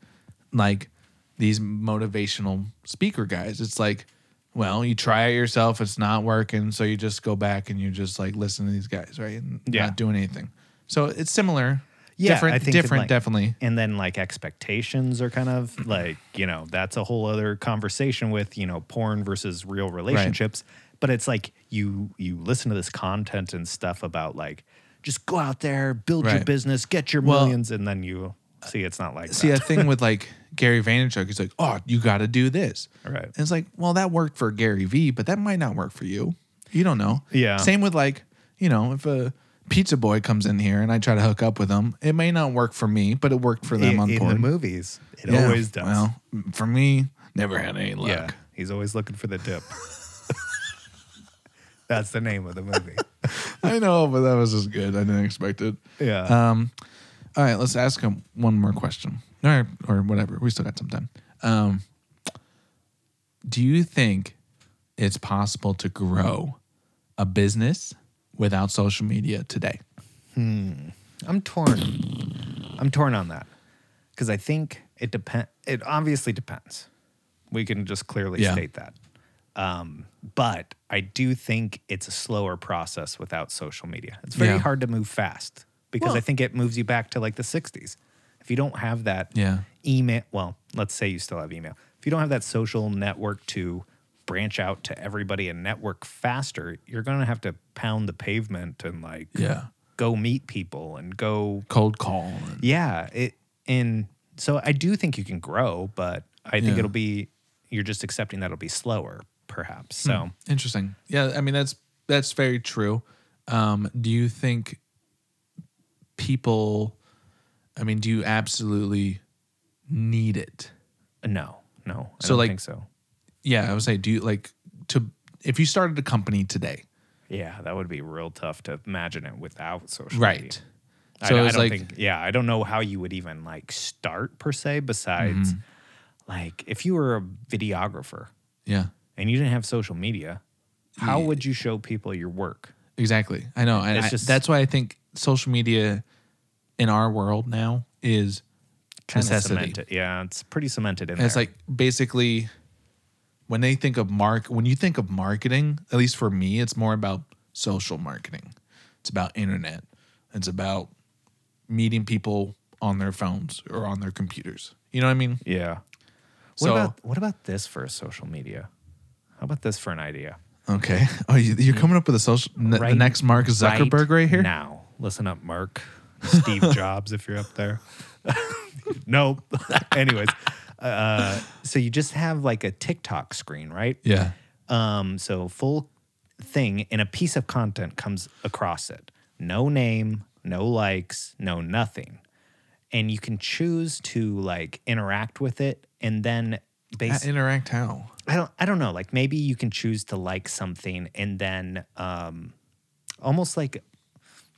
F: like these motivational speaker guys. It's like, well, you try it yourself, it's not working, so you just go back and you just like listen to these guys, right? And
E: Yeah.
F: not doing anything. So it's similar.
E: Yeah,
F: different,
E: I think that,
F: different,
E: like-
F: definitely.
E: and then like expectations are kind of like you know that's a whole other conversation with you know porn versus real relationships but it's like you you listen to this content and stuff about like just go out there build your
F: Right.
E: business get your
F: Well-
E: millions and then you see it's not like
F: See, a
E: that.
F: thing with like Gary Vaynerchuk, he's like, oh, you got to do this.
E: Right.
F: And it's like, well, that worked for Gary V, but that might not work for you. You don't know.
E: Yeah.
F: Same with like, you know, if a pizza boy comes in here and I try to hook up with him, it may not work for me, but it worked for them
E: in,
F: on
E: in
F: porn.
E: the movies it
F: Yeah.
E: always does
F: Well, for me, never had any luck.
E: yeah he's always looking for the dip that's the name of the movie
F: I know, but that was just good. I didn't expect it.
E: yeah
F: Um, all right, let's ask him one more question, or or whatever. We still got some time. Um, do you think it's possible to grow a business without social media today?
E: I'm torn. I'm torn on that because I think it depend. It obviously depends. We can just clearly
F: Yeah.
E: state that. Um, but I do think it's a slower process without social media. It's very
F: Yeah.
E: hard to move fast because I think it moves you back to like the '60s. If you don't have that
F: Yeah.
E: email, well, let's say you still have email. If you don't have that social network to branch out to everybody and network faster, you're gonna have to pound the pavement and like
F: Yeah,
E: go meet people and go
F: cold call. and-
E: yeah it and so i do think you can grow but i think
F: Yeah.
E: it'll be you're just accepting that it'll be slower perhaps so
F: Interesting. Yeah, I mean that's that's very true. Um, do you think people? I mean, do you absolutely need it?
E: no no
F: Hmm.
E: i
F: So,
E: don't
F: like-
E: think so
F: Yeah, I would say, do you like to if you started a company today,
E: yeah that would be real tough to imagine it without social media.
F: right?
E: I,
F: So
E: I
F: it's
E: don't
F: like,
E: think yeah i don't know how you would even like start per se besides
F: Mm-hmm.
E: like if you were a videographer
F: yeah,
E: and you didn't have social media how would you show people your work
F: exactly. I know, and
E: It's
F: I-
E: just-
F: that's why I think social media in our world now is
E: Kinda
F: necessity.
E: cemented. yeah it's pretty cemented in
F: And it's
E: there.
F: like basically when they think of mark when you think of marketing, at least for me, it's more about social marketing. It's about internet. It's about meeting people on their phones or on their computers. You know what I mean?
E: Yeah. What
F: So-
E: about what about this for social media? How about this for an idea?
F: Okay. Oh, you, you're coming up with a social n-
E: Right-
F: the next Mark Zuckerberg right, here.
E: Now. Listen up, Mark. Steve Jobs, if you're up there. nope. Anyways. Uh, so you just have like a TikTok screen, right?
F: Yeah.
E: Um, so full thing and a piece of content comes across it. No name, no likes, no nothing. And you can choose to like interact with it and then
F: At
E: basically
F: interact how?
E: I don't I don't know. Like maybe you can choose to like something and then um almost like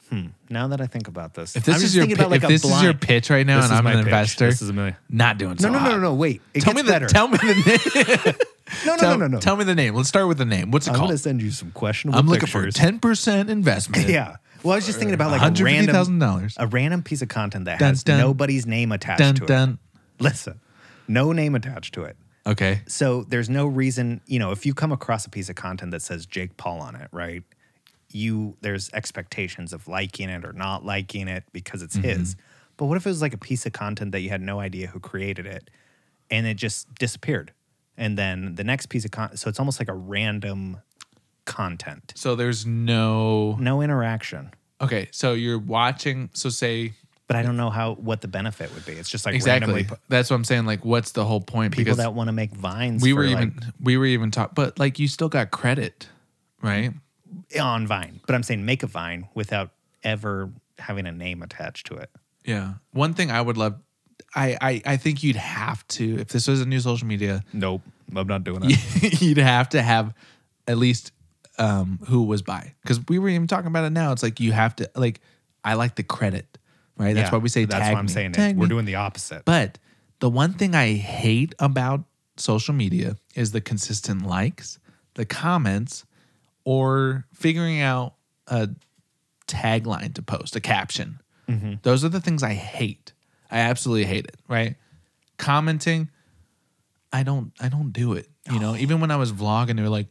E: hmm, now that I think about this.
F: If this
E: I'm
F: is
E: just
F: your
E: thinking
F: pi-
E: about, like,
F: if
E: a
F: this is your
E: blind-
F: pitch right now
E: This
F: and
E: is
F: I'm
E: my
F: an
E: pitch.
F: investor,
E: This is a million.
F: not doing
E: No,
F: so
E: no, no,
F: hot.
E: no, no, wait. It
F: Tell me
E: gets
F: the
E: better.
F: tell me the name.
E: no, no,
F: tell,
E: no, no, no.
F: Tell me the name. Let's start with the name. What's it
E: I'm
F: called?
E: gonna send you some questionable
F: I'm looking
E: pictures.
F: for ten percent investment.
E: Yeah. Well, I was just thinking about like a random
F: $150,000.
E: a random piece of content that
F: Dun,
E: has
F: dun.
E: nobody's name attached
F: Dun
E: to
F: dun.
E: it. Listen. No name attached to it.
F: Okay.
E: So there's no reason, you know, if you come across a piece of content that says Jake Paul on it, right? you there's expectations of liking it or not liking it because it's
F: Mm-hmm.
E: his. But what if it was like a piece of content that you had no idea who created it and it just disappeared? And then the next piece of content, so it's almost like a random content,
F: So there's no
E: no interaction.
F: Okay, so you're watching so say
E: But I don't know how what the benefit would be. It's just like randomly
F: exactly.
E: p-
F: That's what I'm saying like what's the whole point
E: people that want to make vines.
F: we
E: for,
F: were
E: like,
F: even we were even taught but like you still got credit, right?
E: on Vine, but I'm saying make a Vine without ever having a name attached to it.
F: Yeah. One thing I would love I, I, I think you'd have to if this was a new social media
E: Nope, I'm not doing
F: you'd have to have at least um, who was by because we were even talking about it now. It's like you have to like I like the credit, right? That's why we say
E: That's
F: tag
E: what I'm
F: me,
E: saying. is
F: tag
E: we're
F: me.
E: doing the opposite.
F: But the one thing I hate about social media is the consistent likes, the comments, or figuring out a tagline to post, a caption.
E: Mm-hmm.
F: Those are the things I hate. I absolutely hate it, right? Commenting, I don't I don't do it. You
E: Oh.
F: know, even when I was vlogging, they were like,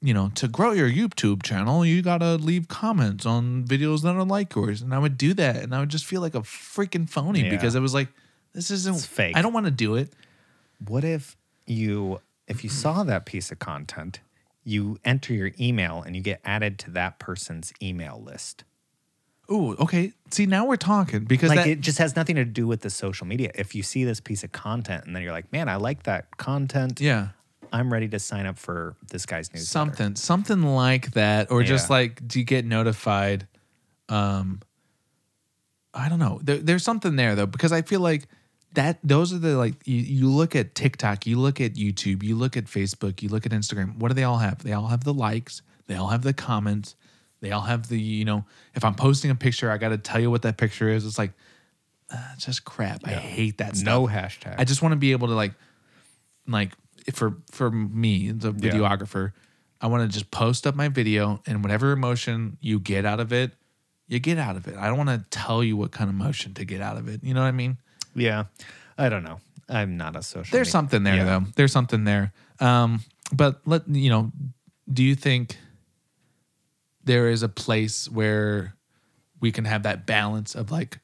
F: you know, to grow your YouTube channel, you gotta leave comments on videos that are like yours. And I would do that and I would just feel like a freaking phony
E: Yeah.
F: because it was like, this isn't
E: It's fake.
F: I don't want to do it.
E: what if you if you saw that piece of content, you enter your email and you get added to that person's email list.
F: Ooh, okay. See, now we're talking because
E: Like
F: that,
E: it just has nothing to do with the social media. If you see this piece of content and then you're like, man, I like that content.
F: yeah,
E: I'm ready to sign up for this guy's newsletter.
F: something, something like that, or just
E: Yeah.
F: like, do you get notified? Um, I don't know. There, there's something there though because I feel like that those are the like you, you look at TikTok, you look at YouTube, you look at Facebook, you look at Instagram. What do they all have? They all have the likes, they all have the comments, they all have the you know. If I'm posting a picture, I got to tell you what that picture is. It's like. Uh, it's just crap. I hate that stuff.
E: No hashtag.
F: I just want to be able to like, like for for me, the
E: Yeah.
F: videographer, I want to just post up my video and whatever emotion you get out of it, you get out of it. I don't want to tell you what kind of emotion to get out of it. You know what I mean?
E: yeah. I don't know. I'm not a social
F: There's
E: media-
F: something there
E: Yeah.
F: though. There's something there. Um, but let you know. Do you think there is a place where we can have that balance of like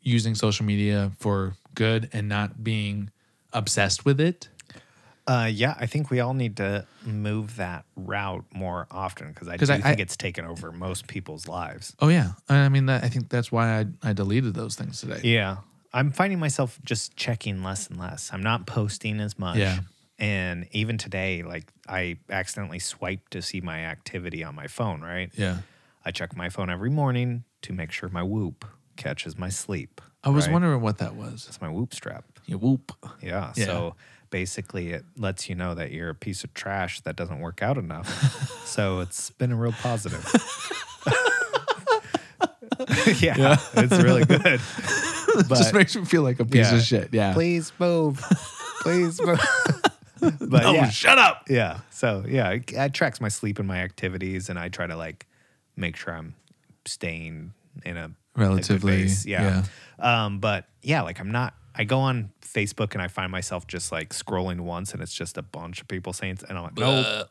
F: using social media for good and not being obsessed with it?
E: Uh, yeah, I think we all need to move that route more often because I
F: 'Cause
E: do
F: I-
E: think
F: I-
E: it's taken over most people's lives.
F: Oh yeah, I I mean that, I think that's why I, I deleted those things today.
E: Yeah, I'm finding myself just checking less and less. I'm not posting as much.
F: Yeah.
E: And even today, like I accidentally swiped to see my activity on my phone. Right.
F: Yeah.
E: I check my phone every morning to make sure my Whoop catches my sleep.
F: I was
E: right?
F: wondering what that was.
E: It's my Whoop strap.
F: You whoop.
E: Yeah.
F: Yeah.
E: So basically, it lets you know that you're a piece of trash that doesn't work out enough. so it's been a real positive. yeah, it's really good.
F: Just
E: But-
F: makes me feel like a piece
E: Yeah.
F: of shit. Yeah.
E: Please move. Please move. but
F: oh,
E: yeah,
F: shut up.
E: yeah. So yeah, it, it tracks my sleep and my activities, and I try to like make sure I'm staying in a a good
F: Relatively,
E: base. Yeah. Um, but yeah, like I'm not. I go on Facebook and I find myself just like scrolling once, and it's just a bunch of people saying, and I'm like, nope.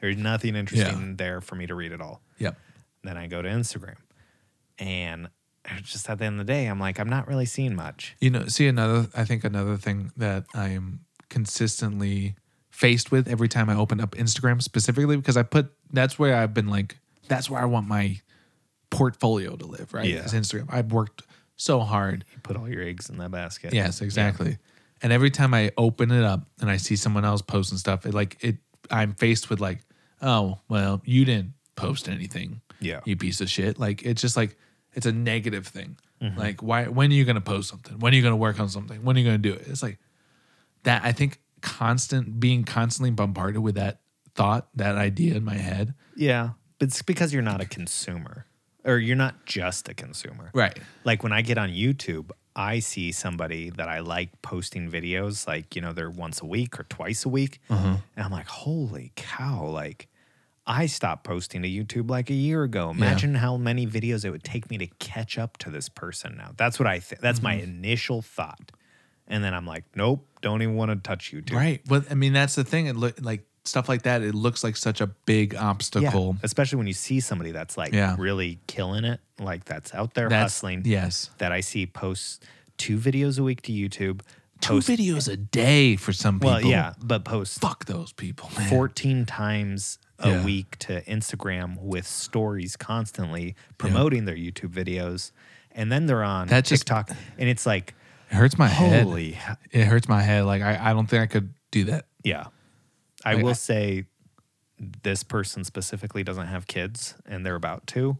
E: There's nothing interesting there for me to read at all.
F: Yep.
E: Then I go to Instagram, and just at the end of the day, I'm like, I'm not really seeing much.
F: You know, see another. I think another thing that I am consistently faced with every time I open up Instagram, specifically because I put that's where I've been like that's where I want my portfolio to live. Right.
E: Yeah.
F: Is Instagram. I've worked so hard
E: Put all your eggs in that basket.
F: Yes, exactly. And every time I open it up and I see someone else posting stuff, it like it I'm faced with like, oh, well, you didn't post anything.
E: Yeah.
F: You piece of shit. Like it's just like it's a negative thing.
E: Mm-hmm.
F: Like why when are you gonna post something? When are you gonna work on something? When are you gonna do it? It's like that I think constant being constantly bombarded with that thought, that idea in my head.
E: Yeah, but it's because you're not a consumer, or you're not just a consumer.
F: Right.
E: Like when I get on YouTube, I see somebody that I like posting videos, like you know they're once a week or twice a week, and I'm like, holy cow! Like I stopped posting to YouTube like a year ago. Imagine how many videos it would take me to catch up to this person now. That's what I. Th- that's my initial thought, and then I'm like, nope, don't even want to touch YouTube.
F: Right. Well, I mean, that's the thing. It look like stuff like that, it looks like such a big obstacle.
E: Especially when you see somebody that's like
F: Yeah.
E: really killing it, like that's out there
F: That's-
E: hustling.
F: yes.
E: That I see posts two videos a week to YouTube.
F: Two
E: post-
F: videos a day for some people.
E: Well, yeah, but post
F: Fuck those people, man.
E: 14 times a
F: Yeah.
E: week to Instagram with stories constantly promoting their YouTube videos. And then they're on
F: That just-
E: TikTok. and it's like,
F: It hurts my
E: Holy he-
F: head. It hurts my head. Like I, I don't think I could do that.
E: yeah. I
F: Like, I-
E: will say this person specifically doesn't have kids and they're about to.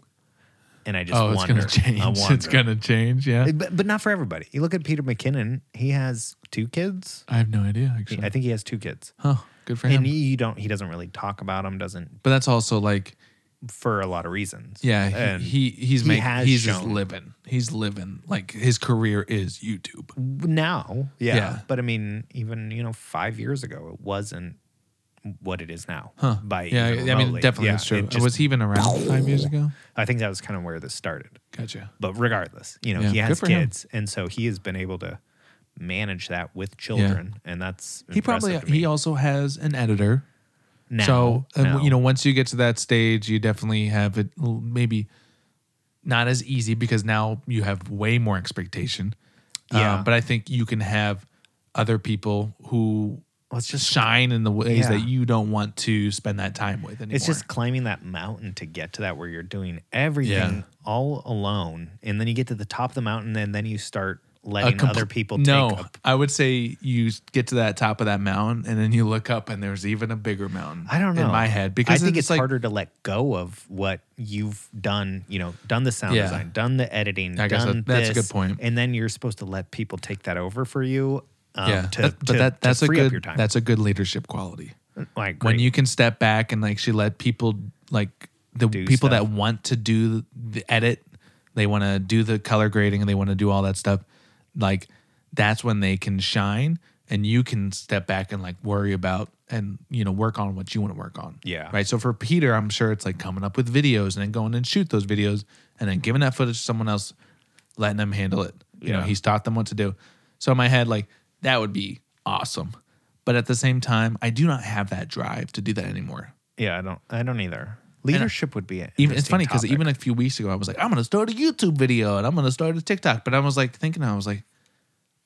E: And I just
F: oh, it's
E: wonder.
F: gonna change.
E: I
F: It's gonna change. Yeah.
E: to. But, but not for everybody. You look at Peter McKinnon, he has two kids.
F: I have no idea actually.
E: I think he has two kids.
F: huh. Good for him.
E: And he, you don't, he doesn't really talk about them, doesn't
F: but that's also like,
E: for a lot of reasons.
F: yeah, he-
E: And-
F: he, he's
E: he
F: making
E: has
F: he's just
E: shown.
F: living. He's living. Like his career is YouTube.
E: now yeah.
F: Yeah.
E: but i mean even you know five years ago it wasn't what it is now
F: Huh.
E: by
F: yeah,
E: even
F: I mean
E: remotely.
F: definitely
E: Yeah,
F: that's true.
E: it just-
F: was he even around five years ago?
E: i think that was kind of where this started
F: Gotcha.
E: but regardless you know
F: Yeah,
E: he
F: good
E: has
F: for him.
E: kids and so he has been able to manage that with children and that's
F: He probably
E: impressive to me.
F: he also has an editor.
E: now,
F: so um,
E: now.
F: you know, once you get to that stage, you definitely have it l- maybe not as easy because now you have way more expectation.
E: Yeah.
F: Um, but I think you can have other people who
E: Well, it's just-
F: shine in the ways
E: Yeah.
F: that you don't want to spend that time with anymore.
E: it's just climbing that mountain to get to that where you're doing everything
F: Yeah.
E: all alone and then you get to the top of the mountain and then you start
F: A
E: letting
F: compl-
E: other people
F: No,
E: take up
F: I would say you s- get to that top of that mountain, and then you look up, and there's even a bigger mountain.
E: I don't know.
F: in my head because
E: I think it's,
F: like,
E: harder to let go of what you've done. You know, done the sound
F: Yeah.
E: design, done the editing,
F: I guess
E: done
F: that- that's a
E: this,
F: good point.
E: And then you're supposed to let people take that over for you. Um,
F: yeah,
E: to,
F: that- but
E: to-
F: that,
E: to
F: that's a
E: free
F: good
E: up your time.
F: that's a good leadership quality.
E: I agree.
F: when you can step back and like she let people like the
E: Do
F: people that
E: stuff.
F: want to do the edit they want to do the color grading and they want to do all that stuff like that's when they can shine and you can step back and like worry about and you know work on what you want to work on
E: Yeah.
F: right so for peter i'm sure it's like coming up with videos and then going and shoot those videos and then giving that footage to someone else letting them handle it you know
E: Yeah.
F: he's taught them what to do so in my head like that would be awesome but at the same time i do not have that drive to do that anymore
E: yeah, I don't. I don't either. Leadership would be an
F: even it's
E: interesting
F: funny because
E: topic.
F: even a few weeks ago i was like i'm gonna start a youtube video and i'm gonna start a tiktok but i was like thinking i was like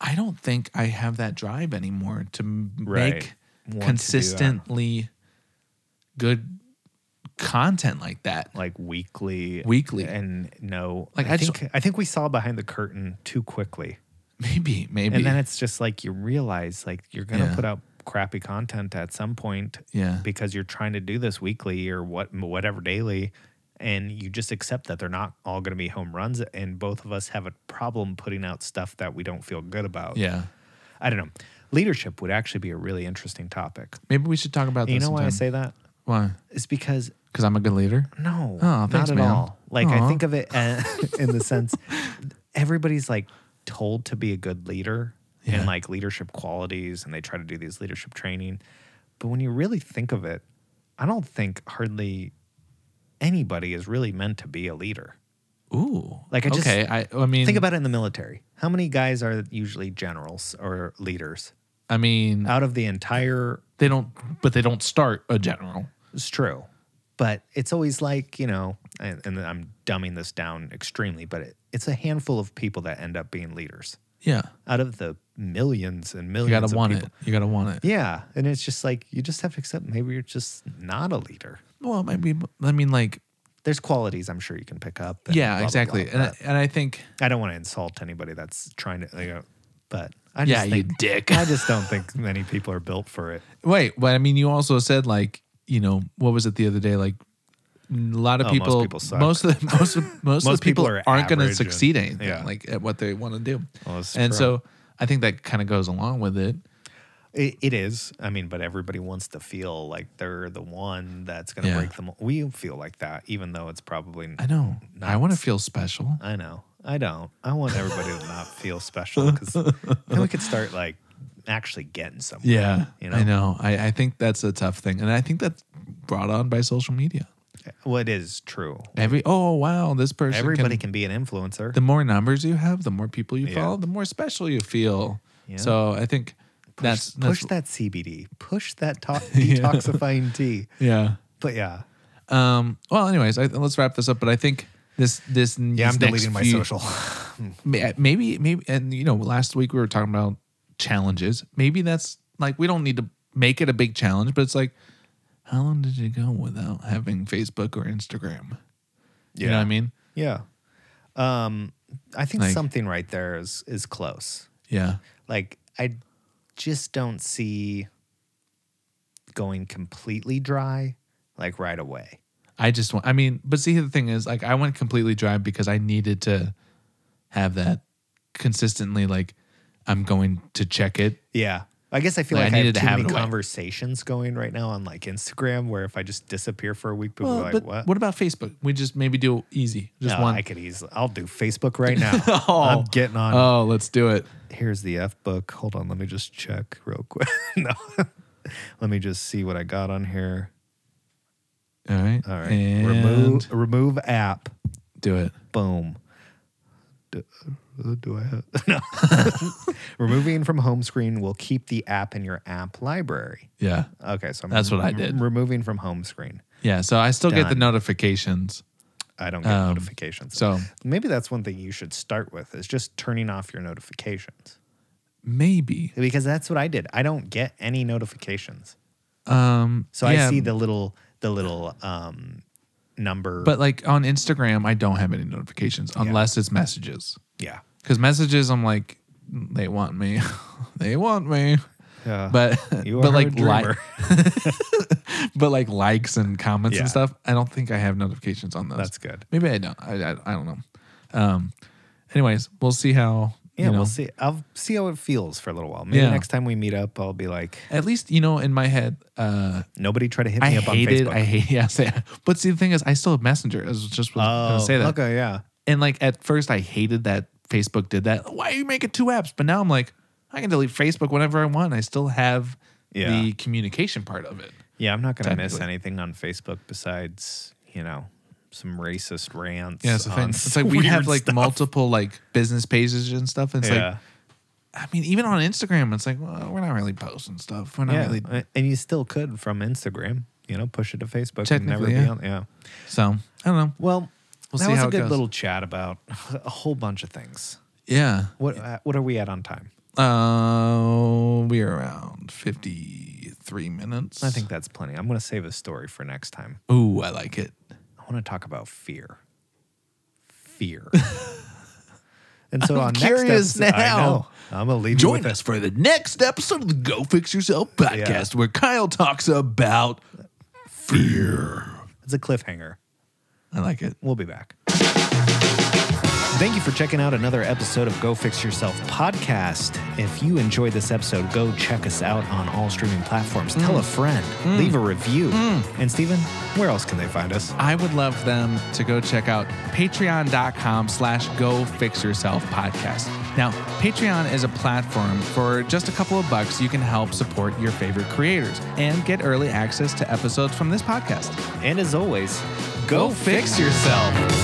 F: i don't think i have that drive anymore to m-
E: Right.
F: make
E: Want to do that.
F: consistently good content like that
E: like weekly,
F: Weekly.
E: and no,
F: Like,
E: like
F: I
E: I,
F: just-
E: think I think we saw behind the curtain too quickly.
F: maybe maybe
E: And then it's just like you realize like you're gonna
F: Yeah.
E: put out crappy content at some point,
F: Yeah.
E: because you're trying to do this weekly or what whatever daily, and you just accept that they're not all gonna be home runs, and both of us have a problem putting out stuff that we don't feel good about.
F: yeah
E: I don't know. Leadership would actually be a really interesting topic.
F: maybe we should talk about
E: you
F: this
E: know why I
F: sometime.
E: say that?
F: why
E: It's because
F: because i'm a good leader
E: no,
F: Oh,
E: not
F: thanks,
E: at
F: man.
E: all. Like
F: Aw.
E: I think of it uh, in the sense everybody's like told to be a good leader
F: Yeah.
E: and like leadership qualities, and they try to do these leadership training. But when you really think of it, I don't think hardly anybody is really meant to be a leader.
F: Ooh.
E: Like, I just-
F: okay. I, I mean,
E: Think about it in the military. How many guys are usually generals or leaders
F: I mean,
E: out of the entire?
F: they don't, but they don't start a general.
E: It's true, but it's always like you know, and, and I'm dumbing this down extremely, but it, it's a handful of people that end up being leaders
F: Yeah.
E: out of the millions and
F: You
E: millions.
F: gotta
E: of
F: want
E: people.
F: it. You gotta want it.
E: Yeah, and it's just like you just have to accept maybe you're just not a leader.
F: Well, maybe. I mean, like,
E: There's qualities I'm sure you can pick up. and
F: yeah,
E: blah, blah,
F: exactly.
E: blah,
F: and I,
E: but
F: and I think,
E: I, don't want to insult anybody that's trying to, you know, but I just
F: yeah, you
E: think
F: dick.
E: I just don't think many people are built for it.
F: Wait, but I mean, you also said like, you know, what was it the other day? Like, a lot of
E: Oh, most
F: people,
E: people suck.
F: most of the most of, most, of
E: Most
F: the people,
E: people are
F: aren't going to
E: average and-
F: succeed at anything,
E: yeah.
F: like at what they want to do.
E: Well, that's
F: and
E: true.
F: so I think that kind of goes along with it.
E: It, it is. I mean, but everybody wants to feel like they're the one that's going to
F: Yeah.
E: break them. We feel like that, even though it's probably.
F: I know. I want to feel special.
E: I know. I don't. I want everybody to not feel special because then we could start like actually getting somewhere.
F: Yeah,
E: You know?
F: I know. I, I think that's a tough thing, and I think that's brought on by social media.
E: Well, it Eh, is true.
F: Every oh wow, this person.
E: Everybody can, be an influencer.
F: The more numbers you have, the more people you
E: Yeah.
F: follow, the more special you feel.
E: Yeah.
F: So I think that's,
E: push
F: that's
E: that CBD, push that to-
F: Yeah.
E: detoxifying tea.
F: yeah.
E: But yeah,
F: Um, well, anyways, I, let's wrap this up. But I think this this
E: yeah,
F: these
E: I'm
F: next
E: deleting my
F: few-
E: social.
F: ma- uh, maybe maybe and you know last week we were talking about challenges. Maybe that's like we don't need to make it a big challenge, but it's like how long did you go without having Facebook or Instagram? You know what I mean?
E: Yeah. Um, I think
F: Like-
E: something right there is is close.
F: Yeah.
E: Like I just don't see going completely dry like right away.
F: I just want I mean, but see the thing is like I went completely dry because I needed to have that consistently like I'm going to check it.
E: Yeah. I guess I feel
F: Like, I
E: like, I,
F: needed
E: have
F: to
E: too
F: have
E: many
F: it away.
E: conversations going right now on like Instagram where if I just disappear for a week, people
F: Well,
E: are like,
F: but
E: what?
F: what? about Facebook? We just maybe do easy. Just
E: no,
F: one.
E: I could easily. I'll do Facebook right now.
F: Oh.
E: I'm getting on.
F: oh, let's do it.
E: Here's the F book. Hold on, let me just check real quick. no, let me just see what I got on here.
F: All right.
E: All right,
F: And
E: remove remove app.
F: Do it.
E: Boom. Do, uh, do I have no? Removing from home screen will keep the app in your app library.
F: Yeah.
E: Okay, so I'm
F: That's what I did.
E: Removing from home screen.
F: Yeah. So I still get the
E: Done.
F: notifications.
E: I don't get
F: Um,
E: notifications.
F: So
E: maybe that's one thing you should start with is just turning off your notifications
F: maybe.
E: because that's what I did. I don't get any notifications.
F: Um
E: So I
F: yeah,
E: see the little the little um number.
F: but like on Instagram I don't have any notifications unless it's messages.
E: yeah.
F: Cuz messages I'm like they want me. they want me.
E: Yeah.
F: But
E: you are
F: but like
E: a
F: li-
E: dreamer.
F: but like likes and comments
E: Yeah.
F: and stuff, I don't think I have notifications on those.
E: That's good.
F: Maybe I don't. I I, I don't know. Um anyways, we'll see how
E: Yeah,
F: you know,
E: we'll see. I'll see how it feels for a little while. Maybe
F: Yeah.
E: next time we meet up, I'll be like,
F: At least, you know, in my head, uh
E: nobody try to hit me
F: I
E: up
F: hated.
E: on Facebook.
F: I hate. Yeah, say, but see, the thing is, I still have Messenger. I was just
E: oh,
F: gonna say that.
E: okay, yeah.
F: And like at first, I hated that Facebook did that. Why are you making two apps? But now I'm like, I can delete Facebook whenever I want. I still have
E: Yeah.
F: the communication part of it.
E: Yeah, I'm not going to miss
F: Technically.
E: anything on Facebook besides, you know, some racist rants.
F: Yeah, it's the
E: on
F: thing. It's like we
E: weird
F: have like
E: stuff.
F: multiple like business pages and stuff. And it's
E: Yeah.
F: like, I mean, even on Instagram, it's like, well, we're not really posting stuff. We're not
E: yeah.
F: really.
E: And you still could from Instagram, you know, push it to Facebook and
F: Technically,
E: never be
F: yeah.
E: on. Yeah.
F: So I don't know.
E: Well,
F: We'll
E: that
F: see
E: was
F: how
E: a
F: it
E: good
F: goes.
E: little chat about a whole bunch of things.
F: Yeah.
E: What uh, what are we at on time?
F: Uh, we are around fifty-three minutes.
E: I think that's plenty. I'm going to save a story for next time.
F: Ooh, I like it.
E: I want to talk about fear. Fear. and so
F: I'm
E: on
F: curious
E: next episode,
F: now.
E: I know. I'm gonna leave you
F: Join
E: with
F: us for the next episode of the Go Fix Yourself podcast, where Kyle talks about fear.
E: a- It's a cliffhanger.
F: I like it.
E: We'll be back. Thank you for checking out another episode of Go Fix Yourself podcast. If you enjoyed this episode, go check us out on all streaming platforms. Tell
F: Mm.
E: a friend, leave a review. And Steven, where else can they find us?
F: I would love them to go check out patreon.com slash go fix yourself podcast. Now, Patreon is a platform for just a couple of bucks you can help support your favorite creators and get early access to episodes from this podcast.
E: And as always,
F: Go fix yourself.